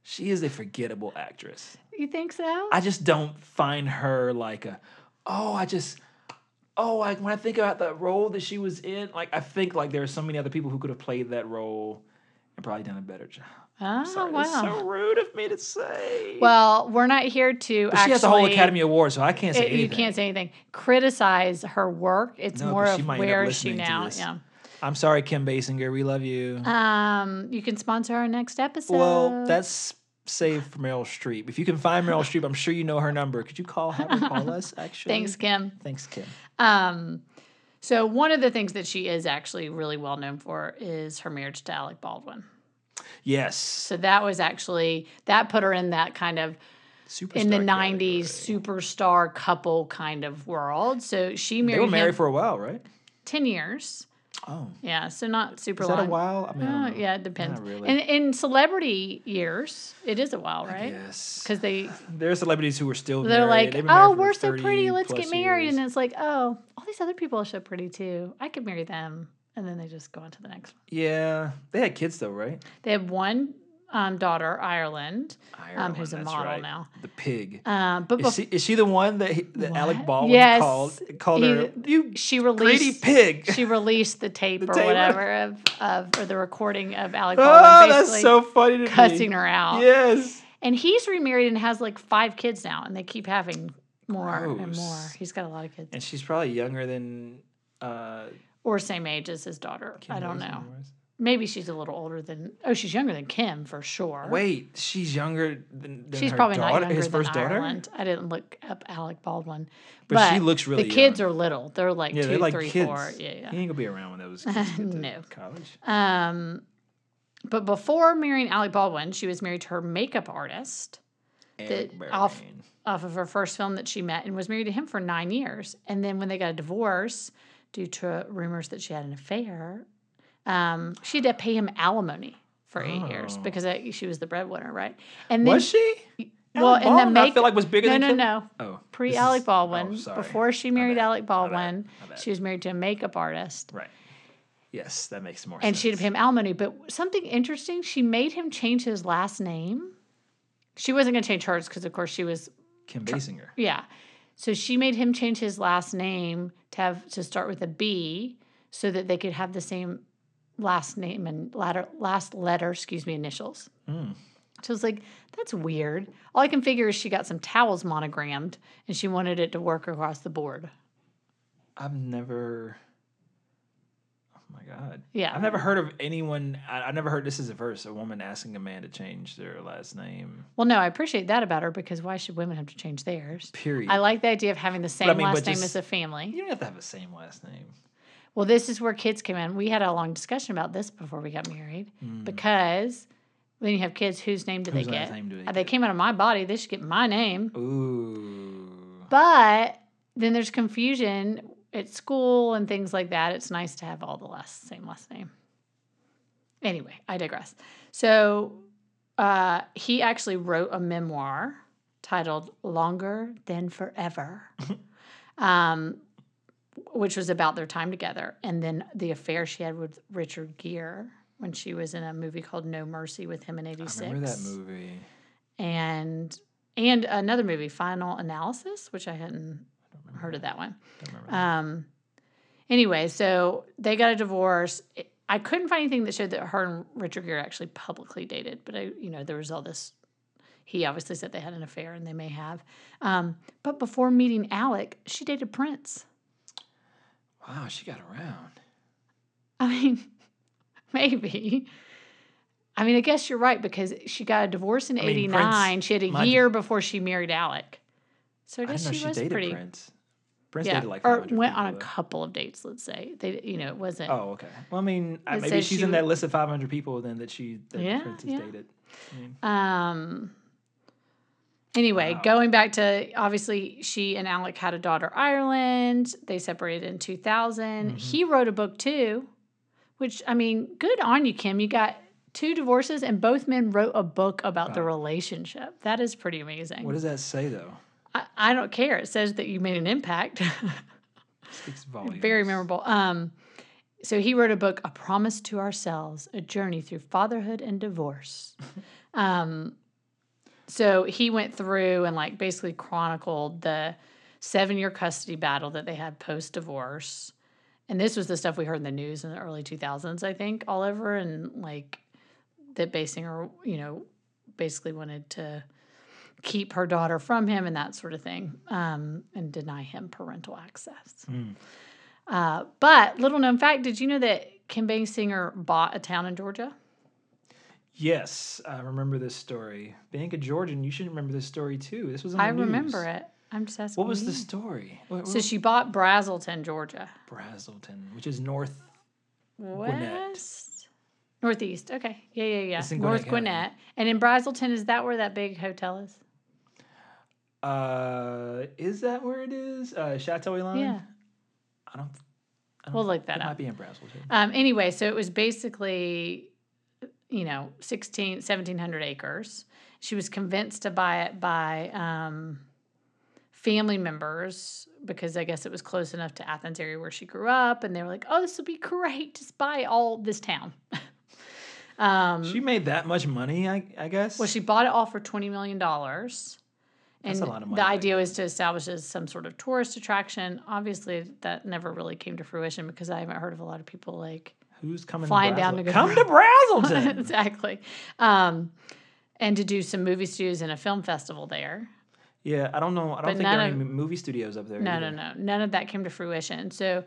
[SPEAKER 4] she is a forgettable actress.
[SPEAKER 2] you think so?
[SPEAKER 4] I just don't find her like a, oh, I just, oh, like when I think about the role that she was in, like I think like there are so many other people who could have played that role and probably done a better job.
[SPEAKER 2] oh,
[SPEAKER 4] Sorry,
[SPEAKER 2] wow.
[SPEAKER 4] that's so rude of me to say.
[SPEAKER 2] well, we're not here to
[SPEAKER 4] But
[SPEAKER 2] actually.
[SPEAKER 4] she has a whole Academy Award, so I can't say
[SPEAKER 2] it-
[SPEAKER 4] anything.
[SPEAKER 2] you can't say anything. Criticize her work. It's
[SPEAKER 4] No,
[SPEAKER 2] more
[SPEAKER 4] but she
[SPEAKER 2] of
[SPEAKER 4] might end up
[SPEAKER 2] where she
[SPEAKER 4] listening to
[SPEAKER 2] now.
[SPEAKER 4] this.
[SPEAKER 2] Yeah.
[SPEAKER 4] I'm sorry, Kim Basinger. We love you.
[SPEAKER 2] Um, you can sponsor our next episode. Uh,
[SPEAKER 4] Well, that's saved for Meryl Streep. If you can find Meryl Streep, I'm sure you know her number. Could you
[SPEAKER 2] <laughs>
[SPEAKER 4] call have her call us actually?
[SPEAKER 2] thanks, Kim.
[SPEAKER 4] Thanks, Kim.
[SPEAKER 2] Um, so one of the things that she is actually really well known for is her marriage to Alec Baldwin.
[SPEAKER 4] Yes.
[SPEAKER 2] So that was actually that put her in that kind of
[SPEAKER 4] Superstar
[SPEAKER 2] in the
[SPEAKER 4] category.
[SPEAKER 2] '90s superstar couple kind of world. So she
[SPEAKER 4] They
[SPEAKER 2] married
[SPEAKER 4] were married
[SPEAKER 2] him
[SPEAKER 4] for a while, right?
[SPEAKER 2] ten years.
[SPEAKER 4] Oh.
[SPEAKER 2] Yeah, so not super
[SPEAKER 4] Is
[SPEAKER 2] long.
[SPEAKER 4] that a while? I mean, um, I
[SPEAKER 2] Uh,
[SPEAKER 4] don't know.
[SPEAKER 2] yeah, it depends.
[SPEAKER 4] Not really.
[SPEAKER 2] And in celebrity years, it is a while, right?
[SPEAKER 4] Yes.
[SPEAKER 2] Because they
[SPEAKER 4] There are celebrities who are still
[SPEAKER 2] they're
[SPEAKER 4] married. They've
[SPEAKER 2] like,
[SPEAKER 4] been married
[SPEAKER 2] oh,
[SPEAKER 4] for
[SPEAKER 2] we're so pretty,
[SPEAKER 4] 30
[SPEAKER 2] let's get
[SPEAKER 4] plus
[SPEAKER 2] married,
[SPEAKER 4] years.
[SPEAKER 2] and it's like, oh, all these other people are so pretty too. I could marry them, and then they just go on to the next one.
[SPEAKER 4] yeah, they had kids though, right?
[SPEAKER 2] They have one um, daughter, Ireland, um,
[SPEAKER 4] Ireland,
[SPEAKER 2] who's a
[SPEAKER 4] that's
[SPEAKER 2] model
[SPEAKER 4] right.
[SPEAKER 2] now.
[SPEAKER 4] The pig.
[SPEAKER 2] Um, but
[SPEAKER 4] Is she, is she the one that, he, that Alec
[SPEAKER 2] What?
[SPEAKER 4] Baldwin
[SPEAKER 2] Yes.
[SPEAKER 4] called called her
[SPEAKER 2] He-
[SPEAKER 4] you
[SPEAKER 2] she
[SPEAKER 4] greedy
[SPEAKER 2] released
[SPEAKER 4] pig?
[SPEAKER 2] she released the tape or
[SPEAKER 4] tape.
[SPEAKER 2] whatever of, of or the recording of Alec Baldwin
[SPEAKER 4] <laughs> oh, that's
[SPEAKER 2] basically
[SPEAKER 4] so funny to me.
[SPEAKER 2] cussing her out.
[SPEAKER 4] Yes.
[SPEAKER 2] And he's remarried and has like five kids now, and they keep having more and more.
[SPEAKER 4] Gross.
[SPEAKER 2] He's got a lot of kids,
[SPEAKER 4] And she's probably younger than. Uh,
[SPEAKER 2] or same age as his daughter. I don't
[SPEAKER 4] Raisin
[SPEAKER 2] know.
[SPEAKER 4] was.
[SPEAKER 2] Maybe she's a little older than. Oh, she's younger than Kim for sure.
[SPEAKER 4] Wait, she's younger than, than
[SPEAKER 2] she's
[SPEAKER 4] her
[SPEAKER 2] probably
[SPEAKER 4] daughter,
[SPEAKER 2] not younger
[SPEAKER 4] his
[SPEAKER 2] than
[SPEAKER 4] first daughter.
[SPEAKER 2] Ireland. I didn't look up Alec Baldwin,
[SPEAKER 4] But she looks really
[SPEAKER 2] The kids
[SPEAKER 4] young.
[SPEAKER 2] are little. They're like
[SPEAKER 4] Yeah,
[SPEAKER 2] two,
[SPEAKER 4] they're like
[SPEAKER 2] three,
[SPEAKER 4] kids.
[SPEAKER 2] four. Yeah,
[SPEAKER 4] He
[SPEAKER 2] yeah.
[SPEAKER 4] ain't gonna be around when those kids get to
[SPEAKER 2] No.
[SPEAKER 4] college.
[SPEAKER 2] Um, but before marrying Alec Baldwin, she was married to her makeup artist.
[SPEAKER 4] Eric
[SPEAKER 2] off-
[SPEAKER 4] Berman.
[SPEAKER 2] off of her first film that she met and was married to him for nine years. And then when they got a divorce due to rumors that she had an affair, um, she had to pay him alimony for eight years because I, she was the breadwinner, right? And then
[SPEAKER 4] Oh. was she?
[SPEAKER 2] well,
[SPEAKER 4] Alec
[SPEAKER 2] and the
[SPEAKER 4] Baldwin, I
[SPEAKER 2] make
[SPEAKER 4] feel like was bigger
[SPEAKER 2] no,
[SPEAKER 4] than
[SPEAKER 2] no,
[SPEAKER 4] Kim-
[SPEAKER 2] no.
[SPEAKER 4] Oh,
[SPEAKER 2] Pre
[SPEAKER 4] this
[SPEAKER 2] Alec
[SPEAKER 4] is- oh,
[SPEAKER 2] Before
[SPEAKER 4] sorry.
[SPEAKER 2] before she married
[SPEAKER 4] bad,
[SPEAKER 2] Alec
[SPEAKER 4] my bad,
[SPEAKER 2] Baldwin,
[SPEAKER 4] my bad.
[SPEAKER 2] she was married to a makeup artist.
[SPEAKER 4] right. Yes, that makes more
[SPEAKER 2] And
[SPEAKER 4] sense.
[SPEAKER 2] she had to pay him alimony. But something interesting, she made him change his last name. She wasn't going to change hers because, of course, she was
[SPEAKER 4] Kim Basinger.
[SPEAKER 2] Yeah. So she made him change his last name to have to start with a B so that they could have the same last name and latter, last letter, excuse me, initials.
[SPEAKER 4] Mm.
[SPEAKER 2] So it's like, that's weird. All I can figure is she got some towels monogrammed and she wanted it to work across the board.
[SPEAKER 4] I've never. Oh my god.
[SPEAKER 2] Yeah.
[SPEAKER 4] I've never heard of anyone. I, I never heard this is a verse. A woman asking a man to change their last name.
[SPEAKER 2] Well, no, I appreciate that about her because why should women have to change theirs?
[SPEAKER 4] Period.
[SPEAKER 2] I like the idea of having the same
[SPEAKER 4] I mean,
[SPEAKER 2] last
[SPEAKER 4] but
[SPEAKER 2] name
[SPEAKER 4] just-
[SPEAKER 2] as a family.
[SPEAKER 4] You don't have to have the same last name.
[SPEAKER 2] Well, this is where kids came in. We had a long discussion about this before we got married because when you have kids, whose name do
[SPEAKER 4] Mm. Whose
[SPEAKER 2] they
[SPEAKER 4] last
[SPEAKER 2] get?
[SPEAKER 4] name do they
[SPEAKER 2] Uh, they
[SPEAKER 4] get?
[SPEAKER 2] came out of my body. They should get my name.
[SPEAKER 4] Ooh.
[SPEAKER 2] But then there's confusion at school and things like that. It's nice to have all the last same last name. Anyway, I digress. So uh, he actually wrote a memoir titled "Longer Than
[SPEAKER 4] <laughs>
[SPEAKER 2] Forever," um, which was about their time together, and then the affair she had with Richard Gere when she was in a movie called No Mercy with him in '86
[SPEAKER 4] I remember that movie.
[SPEAKER 2] and and another movie, Final Analysis, which I hadn't heard of that one.
[SPEAKER 4] I remember that.
[SPEAKER 2] Um, anyway, so they got a divorce. It- I couldn't find anything that showed that her and Richard Gere actually publicly dated, but I, you know, there was all this. He obviously said they had an affair, and they may have. Um, but before meeting Alec, she dated Prince.
[SPEAKER 4] Wow, she got around.
[SPEAKER 2] <laughs> I mean, maybe. I mean, I guess you're right because she got a divorce in
[SPEAKER 4] mean, Prince-
[SPEAKER 2] '89. she had a
[SPEAKER 4] mind you-
[SPEAKER 2] year before she married Alec, so I
[SPEAKER 4] I,
[SPEAKER 2] guess
[SPEAKER 4] didn't know
[SPEAKER 2] she,
[SPEAKER 4] she,
[SPEAKER 2] was
[SPEAKER 4] dated
[SPEAKER 2] pretty.
[SPEAKER 4] Prince. Prince
[SPEAKER 2] yeah,
[SPEAKER 4] dated like
[SPEAKER 2] or
[SPEAKER 4] 500
[SPEAKER 2] went on a
[SPEAKER 4] people, though.
[SPEAKER 2] couple of dates. Let's say they, you know, it wasn't.
[SPEAKER 4] Oh, okay. Well, I mean, I,
[SPEAKER 2] It
[SPEAKER 4] maybe
[SPEAKER 2] says
[SPEAKER 4] she's
[SPEAKER 2] she
[SPEAKER 4] in
[SPEAKER 2] w-
[SPEAKER 4] that list of 500 people then that she that
[SPEAKER 2] Yeah,
[SPEAKER 4] Prince has
[SPEAKER 2] yeah.
[SPEAKER 4] dated.
[SPEAKER 2] Um. Anyway,
[SPEAKER 4] Wow.
[SPEAKER 2] going back to obviously she and Alec had a daughter, Ireland. They separated in 2000.
[SPEAKER 4] Mm-hmm.
[SPEAKER 2] He wrote a book too, which I mean, good on you, Kim. You got two divorces and both men wrote a book about the relationship. That is pretty amazing.
[SPEAKER 4] What does that say though?
[SPEAKER 2] I, I don't care. It says that you made an impact. <laughs>
[SPEAKER 4] Speaks volumes.
[SPEAKER 2] Very memorable. Um, so he wrote a book, A Promise to Ourselves, A Journey Through Fatherhood and Divorce. um, so he went through and like basically chronicled the seven year custody battle that they had post divorce. And this was the stuff we heard in the news in the early 2000s, I think, all over. And like that Basinger, you know, basically wanted to keep her daughter from him and that sort of thing um, and deny him parental access. Uh, but little known fact, did you know that Kim Basinger bought a town in Georgia?
[SPEAKER 4] Yes, I remember this story. Being a Georgian, you should remember this story too. This was on the
[SPEAKER 2] I
[SPEAKER 4] news.
[SPEAKER 2] remember it. I'm just asking.
[SPEAKER 4] What was
[SPEAKER 2] you.
[SPEAKER 4] the story? What,
[SPEAKER 2] So
[SPEAKER 4] what-
[SPEAKER 2] she bought Brazelton, Georgia.
[SPEAKER 4] Brazelton, which is north. Gwinnett.
[SPEAKER 2] West? Northeast. Okay. Yeah, yeah, yeah.
[SPEAKER 4] It's in
[SPEAKER 2] North
[SPEAKER 4] Gwinnett County.
[SPEAKER 2] Gwinnett. And in Brazelton, is that where that big hotel is?
[SPEAKER 4] Uh, is that where it is? Uh, Chateau Elan.
[SPEAKER 2] Yeah.
[SPEAKER 4] I don't. I don't
[SPEAKER 2] We'll look that
[SPEAKER 4] it
[SPEAKER 2] up.
[SPEAKER 4] Might be in Brazelton.
[SPEAKER 2] Um, anyway, so it was basically, you know, 16, 1,700 acres. She was convinced to buy it by um, family members because I guess it was close enough to Athens area where she grew up. And they were like, oh, this will be great. Just buy all this town. Um,
[SPEAKER 4] She made that much money, I, I guess.
[SPEAKER 2] <laughs> well, she bought it all for twenty million dollars. And
[SPEAKER 4] That's a lot of money
[SPEAKER 2] the
[SPEAKER 4] back
[SPEAKER 2] idea was to establish it as some sort of tourist attraction. Obviously, that never really came to fruition because I haven't heard of a lot of people like
[SPEAKER 4] Who's coming
[SPEAKER 2] flying
[SPEAKER 4] to
[SPEAKER 2] down
[SPEAKER 4] Brazzle-
[SPEAKER 2] to go- <laughs>
[SPEAKER 4] Come to Brazelton.
[SPEAKER 2] exactly, um, and to do some movie studios and a film festival there.
[SPEAKER 4] yeah, I don't know. I don't think there
[SPEAKER 2] none
[SPEAKER 4] are
[SPEAKER 2] of-
[SPEAKER 4] any movie studios up there.
[SPEAKER 2] No,
[SPEAKER 4] either.
[SPEAKER 2] no, no. None of that came to fruition. So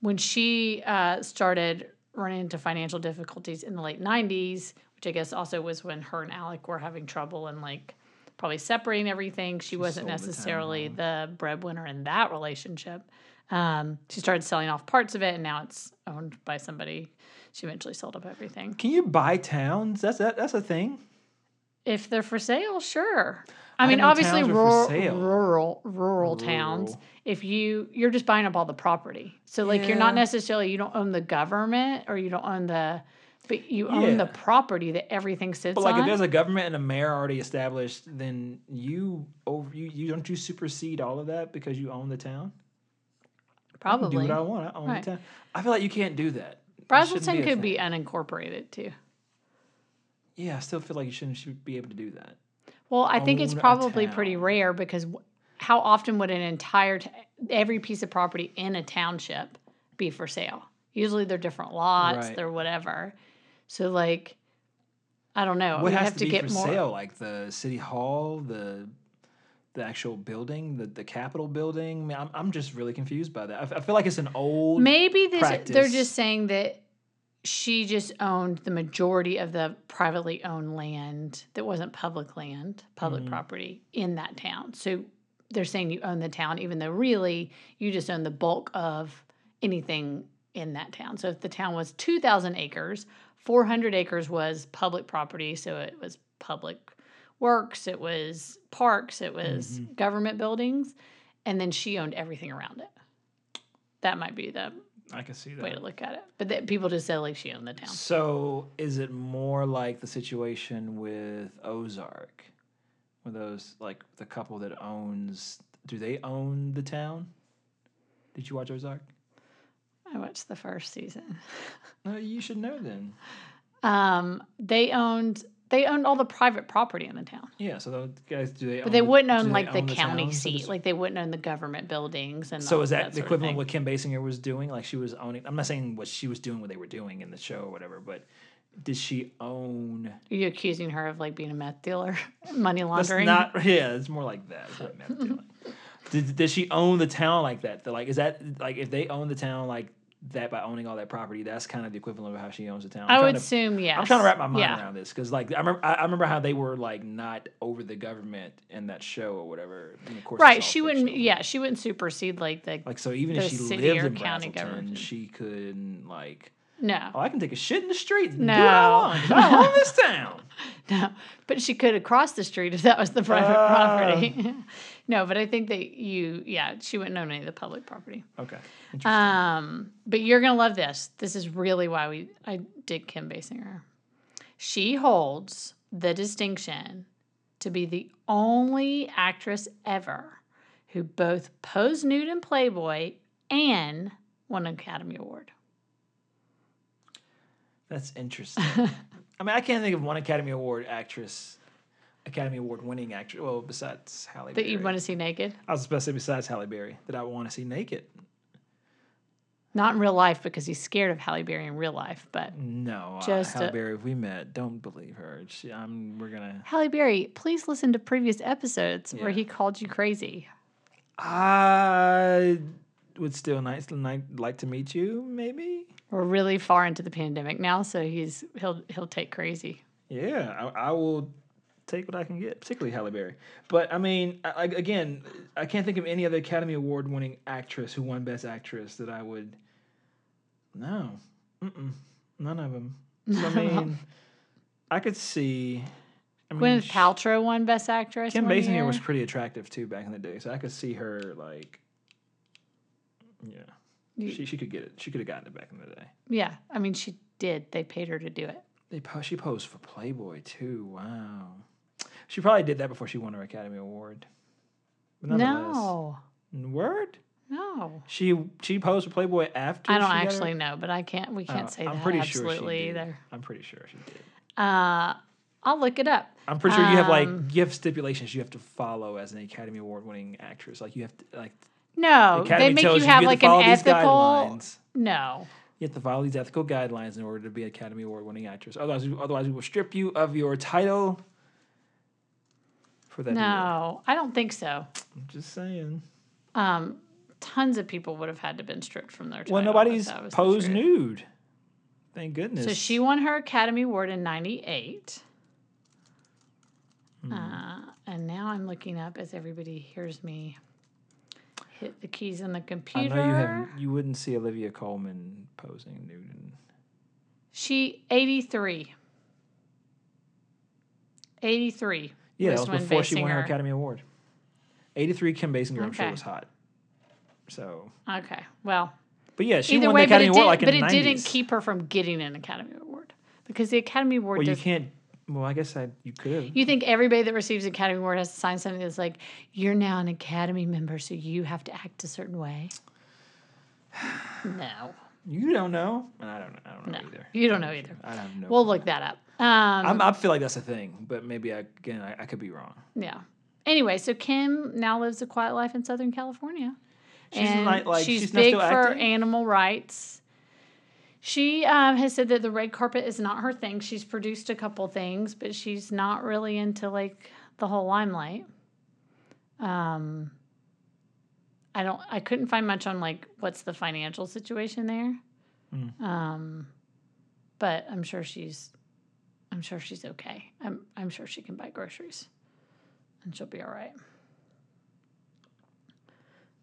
[SPEAKER 2] when she uh, started running into financial difficulties in the late 90s, which I guess also was when her and Alec were having trouble and like probably separating everything, she, wasn't
[SPEAKER 4] sold the town
[SPEAKER 2] necessarily the, breadwinner in that relationship. Um, she started selling off parts of it and now it's owned by somebody. She eventually sold up everything.
[SPEAKER 4] Can you buy towns? That's that, that's a thing.
[SPEAKER 2] If they're for sale, sure. I
[SPEAKER 4] I
[SPEAKER 2] mean,
[SPEAKER 4] know
[SPEAKER 2] obviously,
[SPEAKER 4] towns are for
[SPEAKER 2] rural,
[SPEAKER 4] sale.
[SPEAKER 2] rural, rural, towns.
[SPEAKER 4] Rural.
[SPEAKER 2] If you you're just buying up all the property, so like you're not
[SPEAKER 4] Yeah.
[SPEAKER 2] necessarily you don't own the government or you don't own the, but you own the
[SPEAKER 4] Yeah.
[SPEAKER 2] property that everything sits
[SPEAKER 4] But like,
[SPEAKER 2] on.
[SPEAKER 4] if there's a government and a mayor already established, then you over you, you don't you supersede all of that because you own the town. I can
[SPEAKER 2] Probably,
[SPEAKER 4] do what I want. I own
[SPEAKER 2] Right.
[SPEAKER 4] the town. I feel like you can't do that. That shouldn't
[SPEAKER 2] Brazelton
[SPEAKER 4] a
[SPEAKER 2] could be
[SPEAKER 4] thing.
[SPEAKER 2] unincorporated too.
[SPEAKER 4] Yeah, I still feel like you shouldn't should be able to do that.
[SPEAKER 2] Well, I think it's
[SPEAKER 4] Own a
[SPEAKER 2] probably pretty
[SPEAKER 4] town.
[SPEAKER 2] rare because w- how often would an entire t- every piece of property in a township be for sale? Usually they're different lots,
[SPEAKER 4] Right.
[SPEAKER 2] they're whatever. So like I don't know.
[SPEAKER 4] what
[SPEAKER 2] We'd
[SPEAKER 4] has
[SPEAKER 2] Uh, have
[SPEAKER 4] to,
[SPEAKER 2] to,
[SPEAKER 4] be
[SPEAKER 2] get
[SPEAKER 4] for
[SPEAKER 2] more
[SPEAKER 4] sale? Like the city hall, the the actual building, the the Capitol building. I mean, I'm I'm just really confused by that. I, f- I feel like it's an old.
[SPEAKER 2] Maybe this they're
[SPEAKER 4] practice.
[SPEAKER 2] just saying that she just owned the majority of the privately owned land that wasn't public land, public
[SPEAKER 4] Mm-hmm.
[SPEAKER 2] property in that town. So they're saying you own the town, even though really you just own the bulk of anything in that town. So if the town was 2,000 acres, 400 acres was public property. So it was public works, it was parks, it was
[SPEAKER 4] Mm-hmm.
[SPEAKER 2] government buildings. And then she owned everything around it. That might be the
[SPEAKER 4] I can see that.
[SPEAKER 2] way to look at it. But that people just said like she owned the town.
[SPEAKER 4] So is it more like the situation with Ozark, where those like the couple that owns do they own the town? Did you watch Ozark?
[SPEAKER 2] I watched the first season.
[SPEAKER 4] No, you should know then.
[SPEAKER 2] Um, they owned they owned all the private property in the town,
[SPEAKER 4] Yeah, so those guys do they?
[SPEAKER 2] but they wouldn't
[SPEAKER 4] do
[SPEAKER 2] own
[SPEAKER 4] they
[SPEAKER 2] like the,
[SPEAKER 4] own
[SPEAKER 2] county
[SPEAKER 4] town? So
[SPEAKER 2] seat.
[SPEAKER 4] this-
[SPEAKER 2] Like they wouldn't own the government buildings and.
[SPEAKER 4] so
[SPEAKER 2] all
[SPEAKER 4] is that, the
[SPEAKER 2] Oh, sort of
[SPEAKER 4] equivalent
[SPEAKER 2] thing.
[SPEAKER 4] of what Kim Basinger was doing? Like she was owning. I'm not saying what she was doing, what they were doing in the show or whatever, but did she own?
[SPEAKER 2] Are you accusing her of like being a meth dealer, <laughs> money
[SPEAKER 4] That's
[SPEAKER 2] laundering?
[SPEAKER 4] not. <laughs> Yeah, it's more like that.
[SPEAKER 2] <laughs>
[SPEAKER 4] It's not meth dealing. Did, did she own the town like that? Though? Like, is that like if they own the town like that by owning all that property? That's kind of the equivalent of how she owns the town. I'm
[SPEAKER 2] I
[SPEAKER 4] trying
[SPEAKER 2] would
[SPEAKER 4] to-
[SPEAKER 2] assume yes.
[SPEAKER 4] I'm trying to wrap my mind
[SPEAKER 2] yeah.
[SPEAKER 4] around this because, like, I remember, I, I remember how they were like not over the government in that show or whatever. And of course, it's
[SPEAKER 2] Right,
[SPEAKER 4] all
[SPEAKER 2] she wouldn't.
[SPEAKER 4] fictional.
[SPEAKER 2] Yeah, she wouldn't supersede like the
[SPEAKER 4] Like, so even if
[SPEAKER 2] the
[SPEAKER 4] she
[SPEAKER 2] city
[SPEAKER 4] lived
[SPEAKER 2] or
[SPEAKER 4] in
[SPEAKER 2] county
[SPEAKER 4] Brazelton,
[SPEAKER 2] government.
[SPEAKER 4] she couldn't like. Oh,
[SPEAKER 2] no,
[SPEAKER 4] I can take a shit in the streets.
[SPEAKER 2] No.
[SPEAKER 4] No, I own this
[SPEAKER 2] <laughs>
[SPEAKER 4] town.
[SPEAKER 2] <laughs> no. But she could have crossed the street if that was the private
[SPEAKER 4] Ah.
[SPEAKER 2] property. <laughs> no, but I think that you, yeah, she wouldn't own any of the public property.
[SPEAKER 4] Okay.
[SPEAKER 2] Um, but you're gonna love this. This is really why we I did Kim Basinger. She holds the distinction to be the only actress ever who both posed nude in Playboy and won an Academy Award.
[SPEAKER 4] That's
[SPEAKER 2] <laughs>
[SPEAKER 4] interesting. I mean, I can't think of one Academy Award actress, Academy Award winning actress. Well, besides Halle
[SPEAKER 2] That
[SPEAKER 4] Berry.
[SPEAKER 2] you want to see naked?
[SPEAKER 4] I was about to say besides Halle Berry that I want to see naked.
[SPEAKER 2] Not in real life because he's scared of Halle Berry in real life, but
[SPEAKER 4] No,
[SPEAKER 2] Just
[SPEAKER 4] uh, Halle
[SPEAKER 2] a-
[SPEAKER 4] Berry. If we met, don't believe her. She, I'm. We're gonna.
[SPEAKER 2] Halle Berry, please listen to previous episodes where
[SPEAKER 4] Yeah.
[SPEAKER 2] he called you crazy.
[SPEAKER 4] I would still nice like like to meet you. Maybe.
[SPEAKER 2] We're really far into the pandemic now, so he's he'll he'll take crazy.
[SPEAKER 4] Yeah, I, I will take what I can get, particularly Halle Berry. But I mean, I, I- again, I can't think of any other Academy Award winning actress who won Best Actress that I would. No, Mm-mm. none of them. So,
[SPEAKER 2] <laughs>
[SPEAKER 4] I mean, I could see. I mean,
[SPEAKER 2] Gwyneth
[SPEAKER 4] sh-
[SPEAKER 2] Paltrow won Best Actress.
[SPEAKER 4] Kim
[SPEAKER 2] one
[SPEAKER 4] Basinger
[SPEAKER 2] year.
[SPEAKER 4] was pretty attractive too back in the day, so I could see her like. Yeah,
[SPEAKER 2] You-
[SPEAKER 4] she she could get it. She could have gotten it back in the day.
[SPEAKER 2] yeah, I mean, she did. They paid her to do it.
[SPEAKER 4] They po- she posed for Playboy too. Wow. She probably did that before she won her Academy Award. But nonetheless-
[SPEAKER 2] No,
[SPEAKER 4] Word?
[SPEAKER 2] No.
[SPEAKER 4] She she posed for Playboy after.
[SPEAKER 2] I don't
[SPEAKER 4] she got her-
[SPEAKER 2] actually know, but I can't. We can't
[SPEAKER 4] Uh,
[SPEAKER 2] say
[SPEAKER 4] I'm
[SPEAKER 2] that
[SPEAKER 4] pretty
[SPEAKER 2] absolutely
[SPEAKER 4] sure she did.
[SPEAKER 2] either.
[SPEAKER 4] I'm pretty sure she did.
[SPEAKER 2] Uh, I'll look it up.
[SPEAKER 4] I'm pretty sure you have
[SPEAKER 2] Um,
[SPEAKER 4] like you have stipulations you have to follow as an Academy Award winning actress. Like you have to like
[SPEAKER 2] No,
[SPEAKER 4] Academy
[SPEAKER 2] Oh, they make
[SPEAKER 4] tells
[SPEAKER 2] you
[SPEAKER 4] you
[SPEAKER 2] have
[SPEAKER 4] you have
[SPEAKER 2] like
[SPEAKER 4] to
[SPEAKER 2] an
[SPEAKER 4] follow these
[SPEAKER 2] ethical.
[SPEAKER 4] guidelines.
[SPEAKER 2] No,
[SPEAKER 4] You have to follow these ethical guidelines in order to be an Academy Award winning actress. Otherwise, we- otherwise we will strip you of your title for that. award.
[SPEAKER 2] no, I don't think so.
[SPEAKER 4] I'm just saying.
[SPEAKER 2] Um, tons of people would have had to been stripped from their. title
[SPEAKER 4] Well,
[SPEAKER 2] if
[SPEAKER 4] nobody's
[SPEAKER 2] that was the
[SPEAKER 4] posed
[SPEAKER 2] truth.
[SPEAKER 4] nude. Thank goodness.
[SPEAKER 2] So she won her Academy Award in '98.
[SPEAKER 4] Hmm.
[SPEAKER 2] Uh, and now I'm looking up as everybody hears me hit the keys on the
[SPEAKER 4] I
[SPEAKER 2] computer.
[SPEAKER 4] know you have. You wouldn't see Olivia Coleman posing nude. And,
[SPEAKER 2] She 83. 83.
[SPEAKER 4] yeah, that
[SPEAKER 2] was
[SPEAKER 4] was
[SPEAKER 2] when
[SPEAKER 4] before she won her
[SPEAKER 2] Basinger-
[SPEAKER 4] Academy Award. Eighty-three, Kim Basinger, I'm sure
[SPEAKER 2] Okay.
[SPEAKER 4] was hot. So,
[SPEAKER 2] Okay. Well,
[SPEAKER 4] but yeah, she
[SPEAKER 2] either
[SPEAKER 4] won
[SPEAKER 2] way,
[SPEAKER 4] the
[SPEAKER 2] but
[SPEAKER 4] Academy
[SPEAKER 2] it,
[SPEAKER 4] Award
[SPEAKER 2] did,
[SPEAKER 4] like in
[SPEAKER 2] but
[SPEAKER 4] the
[SPEAKER 2] it
[SPEAKER 4] 90s.
[SPEAKER 2] didn't keep her from getting an Academy Award because the Academy Award
[SPEAKER 4] Well, you
[SPEAKER 2] does. You,
[SPEAKER 4] can't. Well, I guess I you could.
[SPEAKER 2] think everybody that receives an Academy Award has to sign something that's like, you're now an Academy member, so you have to act a certain way? No.
[SPEAKER 4] You don't know, and I don't. I don't know
[SPEAKER 2] No.
[SPEAKER 4] either.
[SPEAKER 2] You don't know either.
[SPEAKER 4] I don't know.
[SPEAKER 2] We'll look that up. Um,
[SPEAKER 4] I'm, I feel like that's a thing, but maybe I, again I, I could be wrong.
[SPEAKER 2] Yeah. Anyway, so Kim now lives a quiet life in Southern California.
[SPEAKER 4] She's not- like,
[SPEAKER 2] she's,
[SPEAKER 4] she's not
[SPEAKER 2] big
[SPEAKER 4] still
[SPEAKER 2] for
[SPEAKER 4] acting?
[SPEAKER 2] animal rights. She um, has said that the red carpet is not her thing. She's produced a couple things, but she's not really into like the whole limelight. Um, I don't. I couldn't find much on like what's the financial situation there.
[SPEAKER 4] Hmm.
[SPEAKER 2] Um, but I'm sure she's, I'm sure she's okay. I'm I'm sure she can buy groceries, and she'll be all right.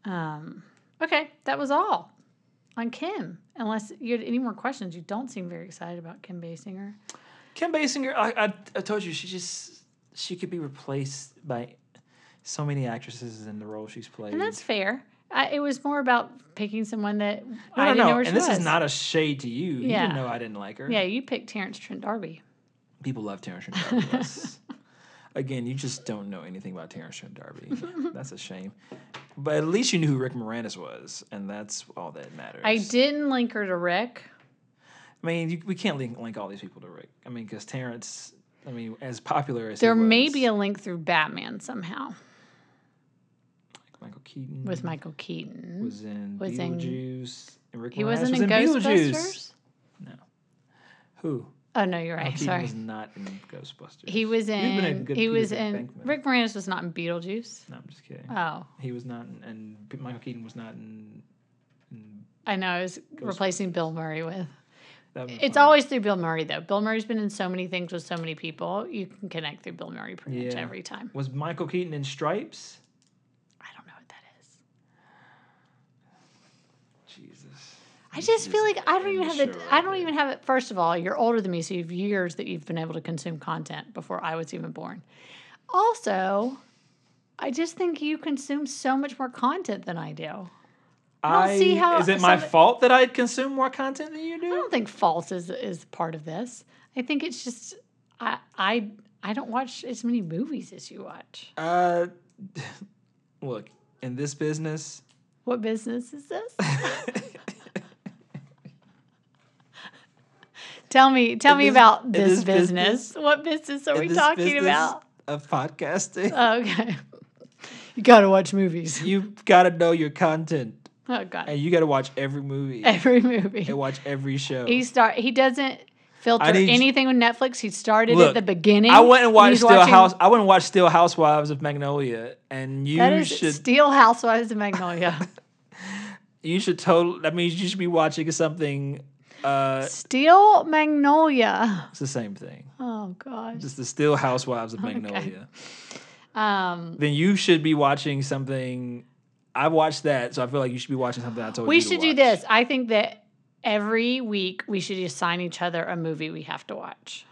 [SPEAKER 2] Um, okay, that was all on Kim. Unless you had any more questions, you don't seem very excited about Kim Basinger.
[SPEAKER 4] Kim Basinger, I, I I told you she just she could be replaced by so many actresses in the role she's played.
[SPEAKER 2] And that's fair. I, it was more about picking someone that
[SPEAKER 4] no,
[SPEAKER 2] I
[SPEAKER 4] no,
[SPEAKER 2] didn't
[SPEAKER 4] no.
[SPEAKER 2] know where she
[SPEAKER 4] and this
[SPEAKER 2] was.
[SPEAKER 4] is not a shade to you. You
[SPEAKER 2] Yeah.
[SPEAKER 4] didn't know I didn't like her.
[SPEAKER 2] yeah, you picked Terrence Trent D'Arby.
[SPEAKER 4] People love Terrence Trent D'Arby.
[SPEAKER 2] <laughs>
[SPEAKER 4] That's- Again, you just don't know anything about Terrence Trent
[SPEAKER 2] <laughs>
[SPEAKER 4] D'Arby. That's a shame. But at least you knew who Rick Moranis was, and that's all that matters.
[SPEAKER 2] I didn't link her to Rick.
[SPEAKER 4] I mean, you, we can't link, link all these people to Rick. I mean, because Terrence, I mean, as popular as he
[SPEAKER 2] There may
[SPEAKER 4] was,
[SPEAKER 2] be a link through Batman somehow
[SPEAKER 4] Michael Keaton
[SPEAKER 2] with Michael Keaton.
[SPEAKER 4] was in
[SPEAKER 2] was in-
[SPEAKER 4] Beetlejuice. and Rick
[SPEAKER 2] he
[SPEAKER 4] Moranis
[SPEAKER 2] wasn't
[SPEAKER 4] was
[SPEAKER 2] in,
[SPEAKER 4] Beetlejuice.
[SPEAKER 2] Ghostbusters.
[SPEAKER 4] Who?
[SPEAKER 2] Oh no, you're right.
[SPEAKER 4] Keaton
[SPEAKER 2] Sorry,
[SPEAKER 4] was not in Ghostbusters.
[SPEAKER 2] he was
[SPEAKER 4] He would've been a
[SPEAKER 2] in.
[SPEAKER 4] good
[SPEAKER 2] He
[SPEAKER 4] Peter
[SPEAKER 2] was in.
[SPEAKER 4] Venkman.
[SPEAKER 2] Rick Moranis was not in Beetlejuice.
[SPEAKER 4] No, I'm just kidding.
[SPEAKER 2] Oh,
[SPEAKER 4] he was not, in, and P- Michael Keaton was not in. in
[SPEAKER 2] I know. I was replacing Bill Murray with.
[SPEAKER 4] that would've been
[SPEAKER 2] It's
[SPEAKER 4] fun.
[SPEAKER 2] always through Bill Murray though. Bill Murray's been in so many things with so many people. You can connect through Bill Murray pretty much
[SPEAKER 4] Yeah.
[SPEAKER 2] every time.
[SPEAKER 4] Was Michael Keaton in Stripes?
[SPEAKER 2] I don't know what that is.
[SPEAKER 4] Jesus.
[SPEAKER 2] I just feel like I don't
[SPEAKER 4] end
[SPEAKER 2] even
[SPEAKER 4] the
[SPEAKER 2] have
[SPEAKER 4] show
[SPEAKER 2] the.
[SPEAKER 4] right
[SPEAKER 2] I don't
[SPEAKER 4] there.
[SPEAKER 2] even have it. First of all, you're older than me, so you've years that you've been able to consume content before I was even born. Also, I just think you consume so much more content than I do.
[SPEAKER 4] I
[SPEAKER 2] don't see how
[SPEAKER 4] Is it my
[SPEAKER 2] some-
[SPEAKER 4] fault that I consume more content than you do?
[SPEAKER 2] I don't think false is is part of this. I think it's just I I I don't watch as many movies as you watch.
[SPEAKER 4] Uh, <laughs> look, in this business,
[SPEAKER 2] What business is
[SPEAKER 4] <laughs>
[SPEAKER 2] this? tell me, tell me
[SPEAKER 4] this-
[SPEAKER 2] about
[SPEAKER 4] in
[SPEAKER 2] this,
[SPEAKER 4] this
[SPEAKER 2] business.
[SPEAKER 4] business-
[SPEAKER 2] What business are
[SPEAKER 4] in
[SPEAKER 2] we
[SPEAKER 4] this
[SPEAKER 2] talking
[SPEAKER 4] business
[SPEAKER 2] about? <laughs>
[SPEAKER 4] of podcasting,
[SPEAKER 2] Oh, okay. You gotta watch movies.
[SPEAKER 4] you gotta know your content,
[SPEAKER 2] Oh god.
[SPEAKER 4] and you gotta watch every movie
[SPEAKER 2] <laughs> Every movie.
[SPEAKER 4] and watch every show.
[SPEAKER 2] He start he doesn't filter
[SPEAKER 4] need-
[SPEAKER 2] anything with Netflix. He started at
[SPEAKER 4] Look,
[SPEAKER 2] the beginning.
[SPEAKER 4] I wouldn't watch
[SPEAKER 2] He's
[SPEAKER 4] Steel
[SPEAKER 2] watching-
[SPEAKER 4] House. I wouldn't watch Steel Housewives of Magnolia, and you
[SPEAKER 2] That is
[SPEAKER 4] should
[SPEAKER 2] Steel Housewives of
[SPEAKER 4] <laughs>
[SPEAKER 2] Magnolia.
[SPEAKER 4] you should total. That means you should be watching something. Uh,
[SPEAKER 2] Steel Magnolia.
[SPEAKER 4] it's the same thing.
[SPEAKER 2] Oh gosh.
[SPEAKER 4] It's the Steel Housewives of Magnolia.
[SPEAKER 2] Um,
[SPEAKER 4] Then you should be watching something. I watched that, so I feel like you should be watching something I told
[SPEAKER 2] we
[SPEAKER 4] you. to
[SPEAKER 2] should do
[SPEAKER 4] watch.
[SPEAKER 2] this. I think that every week we should assign each other a movie we have to watch.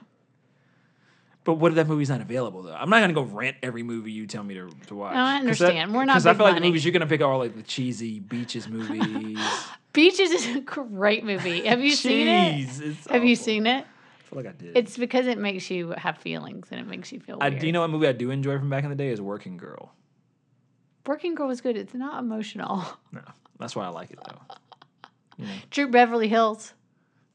[SPEAKER 4] But what if that movie's not available though? I'm not gonna go rent every movie you tell me to, to watch.
[SPEAKER 2] No, I
[SPEAKER 4] 'Cause that-
[SPEAKER 2] understand. We're not
[SPEAKER 4] I
[SPEAKER 2] big
[SPEAKER 4] feel like the
[SPEAKER 2] money.
[SPEAKER 4] movies you're gonna pick are like the
[SPEAKER 2] <laughs>
[SPEAKER 4] cheesy beaches movies.
[SPEAKER 2] Beaches is a great movie. Have you seen it?
[SPEAKER 4] Jeez, it's
[SPEAKER 2] Have you
[SPEAKER 4] awful.
[SPEAKER 2] seen it?
[SPEAKER 4] I feel like I did.
[SPEAKER 2] It's because it makes you have feelings and it makes you feel
[SPEAKER 4] I
[SPEAKER 2] weird.
[SPEAKER 4] do you know what movie I do enjoy from back in the day is Working Girl.
[SPEAKER 2] Working Girl was good. It's not emotional. <laughs>
[SPEAKER 4] No, that's why I like it though.
[SPEAKER 2] True Beverly Hills.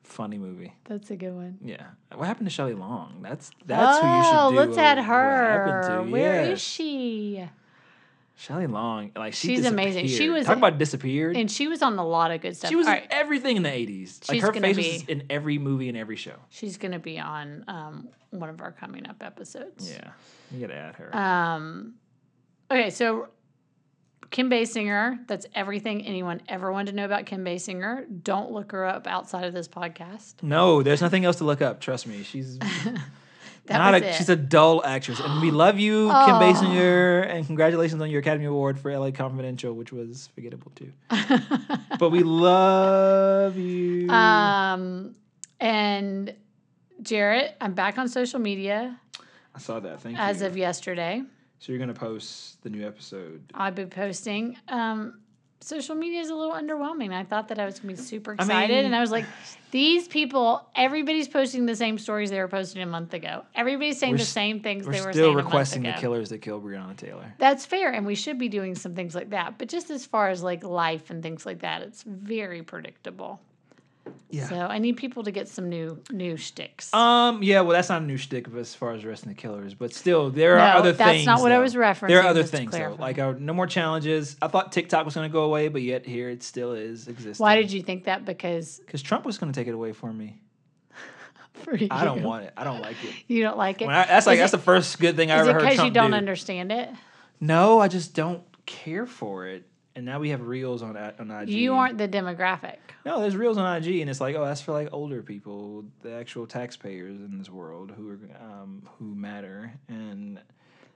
[SPEAKER 4] Funny movie.
[SPEAKER 2] That's a good one.
[SPEAKER 4] Yeah. What happened to Shelley Long? That's that's who you should
[SPEAKER 2] oh,
[SPEAKER 4] do.
[SPEAKER 2] let's
[SPEAKER 4] a
[SPEAKER 2] add
[SPEAKER 4] What Happened
[SPEAKER 2] her. Where is
[SPEAKER 4] To. yeah.
[SPEAKER 2] she?
[SPEAKER 4] Shelley Long? Like she
[SPEAKER 2] She's amazing. She
[SPEAKER 4] disappeared.
[SPEAKER 2] was
[SPEAKER 4] talk
[SPEAKER 2] in-
[SPEAKER 4] about disappeared.
[SPEAKER 2] And she was on a lot of good stuff.
[SPEAKER 4] she was
[SPEAKER 2] All
[SPEAKER 4] in
[SPEAKER 2] right.
[SPEAKER 4] everything in the eighties. Like
[SPEAKER 2] She's
[SPEAKER 4] her
[SPEAKER 2] gonna
[SPEAKER 4] face
[SPEAKER 2] be-
[SPEAKER 4] was in every movie and every show.
[SPEAKER 2] She's going to be on um, one of our coming up episodes.
[SPEAKER 4] Yeah, you gotta add her.
[SPEAKER 2] Um, okay, so Kim Basinger, that's everything anyone ever wanted to know about Kim Basinger. Don't look her up outside of this podcast.
[SPEAKER 4] no, there's nothing else to look up. Trust me, she's
[SPEAKER 2] <laughs> That
[SPEAKER 4] not
[SPEAKER 2] was
[SPEAKER 4] a
[SPEAKER 2] it.
[SPEAKER 4] she's a dull actress. And we love you, Kim Basinger, and congratulations on your Academy Award for LA Confidential, which was forgettable
[SPEAKER 2] <laughs>
[SPEAKER 4] too. but we love you.
[SPEAKER 2] um, and Jarrett, I'm back on social media
[SPEAKER 4] I saw that. Thank
[SPEAKER 2] as
[SPEAKER 4] you.
[SPEAKER 2] of yesterday.
[SPEAKER 4] so you're gonna post the new episode.
[SPEAKER 2] I've been posting. Um, social media is a little underwhelming. I thought that I was going to be super
[SPEAKER 4] I
[SPEAKER 2] excited.
[SPEAKER 4] mean-
[SPEAKER 2] and I was like, these people, everybody's posting the same stories they were posting a month ago. Everybody's saying
[SPEAKER 4] We're
[SPEAKER 2] the
[SPEAKER 4] s-
[SPEAKER 2] same things
[SPEAKER 4] We're
[SPEAKER 2] they were
[SPEAKER 4] still
[SPEAKER 2] saying
[SPEAKER 4] requesting
[SPEAKER 2] a
[SPEAKER 4] the
[SPEAKER 2] month ago.
[SPEAKER 4] killers that killed Breonna Taylor.
[SPEAKER 2] That's fair. And we should be doing some things like that. But just as far as like life and things like that, it's very predictable.
[SPEAKER 4] Yeah.
[SPEAKER 2] So I need people to get some new new shticks.
[SPEAKER 4] Um. Yeah. Well, that's not a new shtick of as far as arresting the killers, but still, there are
[SPEAKER 2] No,
[SPEAKER 4] other
[SPEAKER 2] that's
[SPEAKER 4] things.
[SPEAKER 2] not what I
[SPEAKER 4] though.
[SPEAKER 2] was
[SPEAKER 4] There
[SPEAKER 2] referencing,
[SPEAKER 4] are other
[SPEAKER 2] just to
[SPEAKER 4] things though.
[SPEAKER 2] clarify.
[SPEAKER 4] Like uh, no more challenges. I thought TikTok was going to go away, but yet here it still is existing.
[SPEAKER 2] Why did you think that? Because
[SPEAKER 4] Because Trump was going to take it away from me.
[SPEAKER 2] for you, <laughs>
[SPEAKER 4] I don't want it. I don't like it.
[SPEAKER 2] you don't like it.
[SPEAKER 4] When I, that's like
[SPEAKER 2] Is
[SPEAKER 4] that's
[SPEAKER 2] it-
[SPEAKER 4] the first good thing I
[SPEAKER 2] is
[SPEAKER 4] ever
[SPEAKER 2] it
[SPEAKER 4] heard
[SPEAKER 2] because
[SPEAKER 4] Trump
[SPEAKER 2] you don't
[SPEAKER 4] do.
[SPEAKER 2] understand it?
[SPEAKER 4] no, I just don't care for it. And now we have reels on I- on IG.
[SPEAKER 2] You aren't the demographic.
[SPEAKER 4] No, there's reels on IG, and it's like, oh, that's for like older people, the actual taxpayers in this world who are um, who matter. And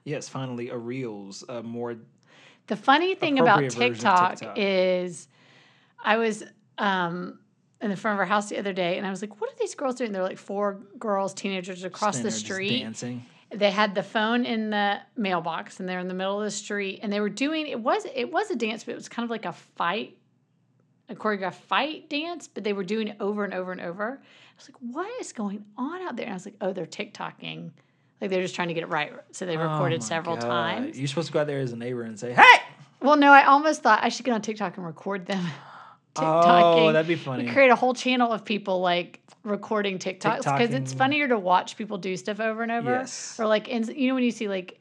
[SPEAKER 4] yes, finally, a reels, a more
[SPEAKER 2] The funny thing about
[SPEAKER 4] Appropriate version of
[SPEAKER 2] TikTok,
[SPEAKER 4] TikTok.
[SPEAKER 2] is I was um, in the front of our house the other day and I was like, what are these girls doing? They're like four girls, teenagers across
[SPEAKER 4] standard
[SPEAKER 2] the
[SPEAKER 4] just
[SPEAKER 2] street.
[SPEAKER 4] dancing.
[SPEAKER 2] They had the phone in the mailbox and they're in the middle of the street and they were doing it was it was a dance, but it was kind of like a fight, a choreographed fight dance, but they were doing it over and over and over. I was like, what is going on out there? And I was like, oh, they're TikToking. Like they're just trying to get it right. So they
[SPEAKER 4] Oh
[SPEAKER 2] recorded
[SPEAKER 4] my
[SPEAKER 2] several
[SPEAKER 4] God.
[SPEAKER 2] times.
[SPEAKER 4] You're supposed to go out there as a neighbor and say, hey,
[SPEAKER 2] Well, no, I almost thought I should get on TikTok and record them. TikToking.
[SPEAKER 4] <gasps> oh, that'd be
[SPEAKER 2] And
[SPEAKER 4] funny.
[SPEAKER 2] create a whole channel of people like recording TikToks because it's
[SPEAKER 4] TikToking.
[SPEAKER 2] funnier to watch people do stuff over and over.
[SPEAKER 4] Yes.
[SPEAKER 2] Or like, ins- you know, when you see like,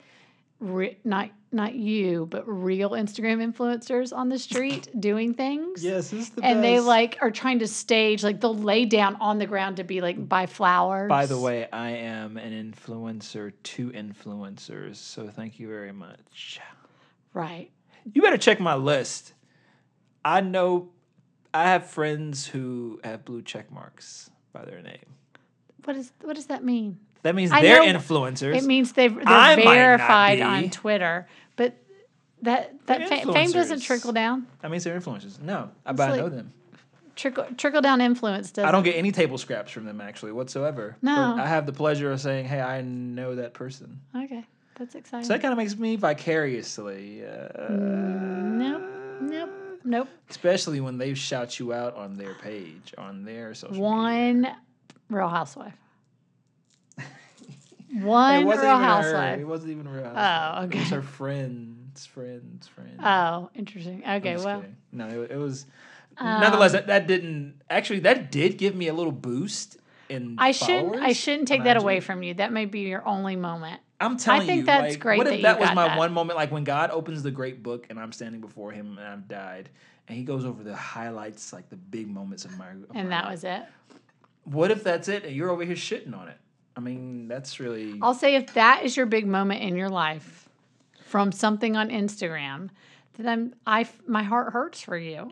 [SPEAKER 2] re- not not you, but real Instagram influencers on the
[SPEAKER 4] <laughs>
[SPEAKER 2] street doing things.
[SPEAKER 4] yes, it's the
[SPEAKER 2] And they
[SPEAKER 4] best.
[SPEAKER 2] like are trying to stage, like they'll lay down on the ground to be like buy flowers.
[SPEAKER 4] By the way, I am an influencer to influencers, so thank you very much.
[SPEAKER 2] right?
[SPEAKER 4] You better check my list. I know I have friends who have blue check marks by their name.
[SPEAKER 2] What is what does that mean?
[SPEAKER 4] That means
[SPEAKER 2] I
[SPEAKER 4] they're
[SPEAKER 2] know-
[SPEAKER 4] influencers.
[SPEAKER 2] It means they've, they're
[SPEAKER 4] I might not
[SPEAKER 2] verified
[SPEAKER 4] be.
[SPEAKER 2] on Twitter, but that that
[SPEAKER 4] They're
[SPEAKER 2] fa- fame doesn't
[SPEAKER 4] influencers.
[SPEAKER 2] trickle down.
[SPEAKER 4] that means they're influencers. No, I, but I
[SPEAKER 2] like-
[SPEAKER 4] know them.
[SPEAKER 2] Trickle trickle down influence doesn't.
[SPEAKER 4] I don't get any table scraps from them actually whatsoever.
[SPEAKER 2] No.
[SPEAKER 4] But I have the pleasure of saying, "Hey, I know that person."
[SPEAKER 2] okay, that's exciting.
[SPEAKER 4] So that kind of makes me vicariously, uh,
[SPEAKER 2] nope, nope, nope.
[SPEAKER 4] especially when they shout you out on their page, on their social. media.
[SPEAKER 2] One Real Housewife. One
[SPEAKER 4] <laughs> It wasn't
[SPEAKER 2] Real
[SPEAKER 4] even her. It
[SPEAKER 2] Housewife.
[SPEAKER 4] wasn't even a real.
[SPEAKER 2] Oh,
[SPEAKER 4] Housewife. It was
[SPEAKER 2] okay.
[SPEAKER 4] her friends, friends, friends.
[SPEAKER 2] Oh, interesting. Okay,
[SPEAKER 4] Just
[SPEAKER 2] well, Um,
[SPEAKER 4] kidding. no, it, it was. nonetheless, that, that didn't actually. That did give me a little boost in.
[SPEAKER 2] I shouldn't I
[SPEAKER 4] followers
[SPEAKER 2] shouldn't
[SPEAKER 4] on
[SPEAKER 2] take that
[SPEAKER 4] IG.
[SPEAKER 2] away from you. That may be your only moment.
[SPEAKER 4] I'm telling
[SPEAKER 2] think
[SPEAKER 4] you,
[SPEAKER 2] that's
[SPEAKER 4] like,
[SPEAKER 2] great
[SPEAKER 4] What
[SPEAKER 2] that
[SPEAKER 4] if
[SPEAKER 2] you
[SPEAKER 4] that was
[SPEAKER 2] got
[SPEAKER 4] my
[SPEAKER 2] that.
[SPEAKER 4] one moment? Like when God opens the great book and I'm standing before Him and I've died, and He goes over the highlights, like the big moments of my. Of
[SPEAKER 2] And that was it.
[SPEAKER 4] What if that's it? And you're over here shitting on it. I mean, that's really.
[SPEAKER 2] I'll say if that is your big moment in your life from something on Instagram, then I'm I f- my heart hurts for
[SPEAKER 4] <laughs>
[SPEAKER 2] you.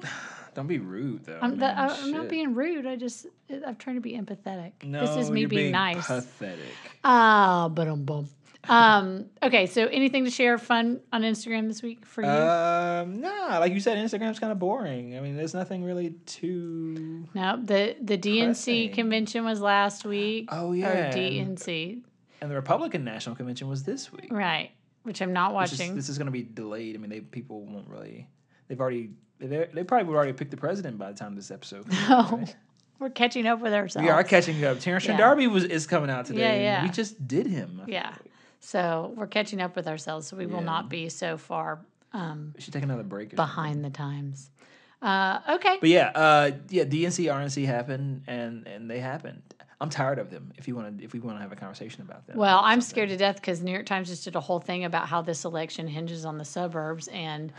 [SPEAKER 4] don't be rude though.
[SPEAKER 2] I'm, that,
[SPEAKER 4] man,
[SPEAKER 2] I, am not
[SPEAKER 4] Oh, shit.
[SPEAKER 2] being rude. I just I'm trying to be empathetic.
[SPEAKER 4] No,
[SPEAKER 2] this is me
[SPEAKER 4] you're
[SPEAKER 2] being, nice.
[SPEAKER 4] Pathetic.
[SPEAKER 2] Ah, but um bum. Um. Okay. So anything to share fun on Instagram this week for you?
[SPEAKER 4] Um, nah, like you said, Instagram's kind of boring. I mean, there's nothing really too.
[SPEAKER 2] no. The the DNC
[SPEAKER 4] pressing.
[SPEAKER 2] convention was last week.
[SPEAKER 4] Oh, yeah,
[SPEAKER 2] Or
[SPEAKER 4] and-
[SPEAKER 2] DNC.
[SPEAKER 4] And the Republican National Convention was this week.
[SPEAKER 2] Right. Which I'm not
[SPEAKER 4] Which is-
[SPEAKER 2] watching.
[SPEAKER 4] this is going to be delayed. I mean, they people won't really. They've already. They they probably would already pick the president by the time this episode. comes out,
[SPEAKER 2] Oh,
[SPEAKER 4] right?
[SPEAKER 2] we're catching up with ourselves.
[SPEAKER 4] We are catching up. Terrence
[SPEAKER 2] Yeah.
[SPEAKER 4] Darby was is coming out today.
[SPEAKER 2] Yeah,
[SPEAKER 4] and
[SPEAKER 2] yeah.
[SPEAKER 4] We just did him. I feel
[SPEAKER 2] Yeah.
[SPEAKER 4] like.
[SPEAKER 2] So we're catching up with ourselves. So we will
[SPEAKER 4] Yeah.
[SPEAKER 2] not be so far
[SPEAKER 4] We should take another break. Or something.
[SPEAKER 2] behind the times. Uh, okay.
[SPEAKER 4] But yeah, uh, yeah, DNC, RNC happened, and and they happened. I'm tired of them. If you want to, if we want to have a conversation about them.
[SPEAKER 2] Well, I'm scared to death because New York Times just did a whole thing about how this election hinges on the suburbs,
[SPEAKER 4] <gasps>
[SPEAKER 2] and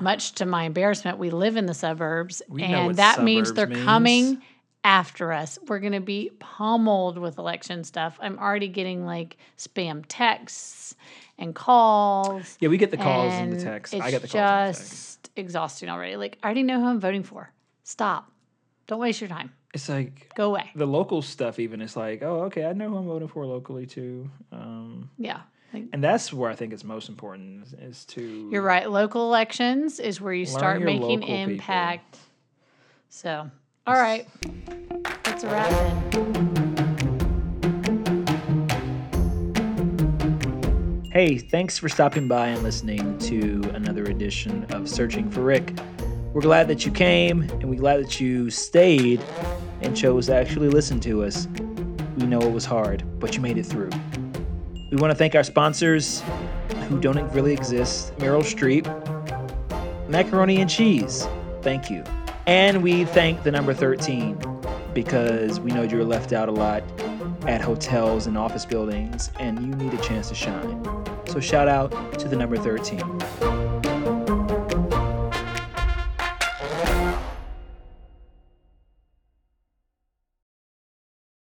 [SPEAKER 2] much to my embarrassment, we live in the suburbs,
[SPEAKER 4] We know what
[SPEAKER 2] and that means
[SPEAKER 4] suburbs
[SPEAKER 2] they're
[SPEAKER 4] means.
[SPEAKER 2] coming after us. We're going to be pummeled with election stuff. I'm already getting like spam texts and calls.
[SPEAKER 4] yeah, we get the calls and, the
[SPEAKER 2] and
[SPEAKER 4] texts.
[SPEAKER 2] It's
[SPEAKER 4] I got the calls. And the texts.
[SPEAKER 2] just exhausting already. Like I already know who I'm voting for. Stop. Don't waste your time.
[SPEAKER 4] It's like
[SPEAKER 2] Go away.
[SPEAKER 4] the local stuff. Even it's like, oh, okay, I know who I'm voting for locally too. Um,
[SPEAKER 2] Yeah. Like,
[SPEAKER 4] and that's where I think it's most important is, is to
[SPEAKER 2] You're right. Local elections is where you
[SPEAKER 4] Learn
[SPEAKER 2] start
[SPEAKER 4] your
[SPEAKER 2] making
[SPEAKER 4] local people.
[SPEAKER 2] impact. So, all right. That's a wrap then.
[SPEAKER 4] Hey, thanks for stopping by and listening to another edition of Searching for Rick. We're glad that you came and we're glad that you stayed and chose to actually listen to us. We know it was hard, but you made it through. We want to thank our sponsors who don't really exist Meryl Streep, Macaroni and Cheese. Thank you. And we thank the number 13 because we know you're left out a lot at hotels and office buildings and you need a chance to shine. So shout out to the number 13.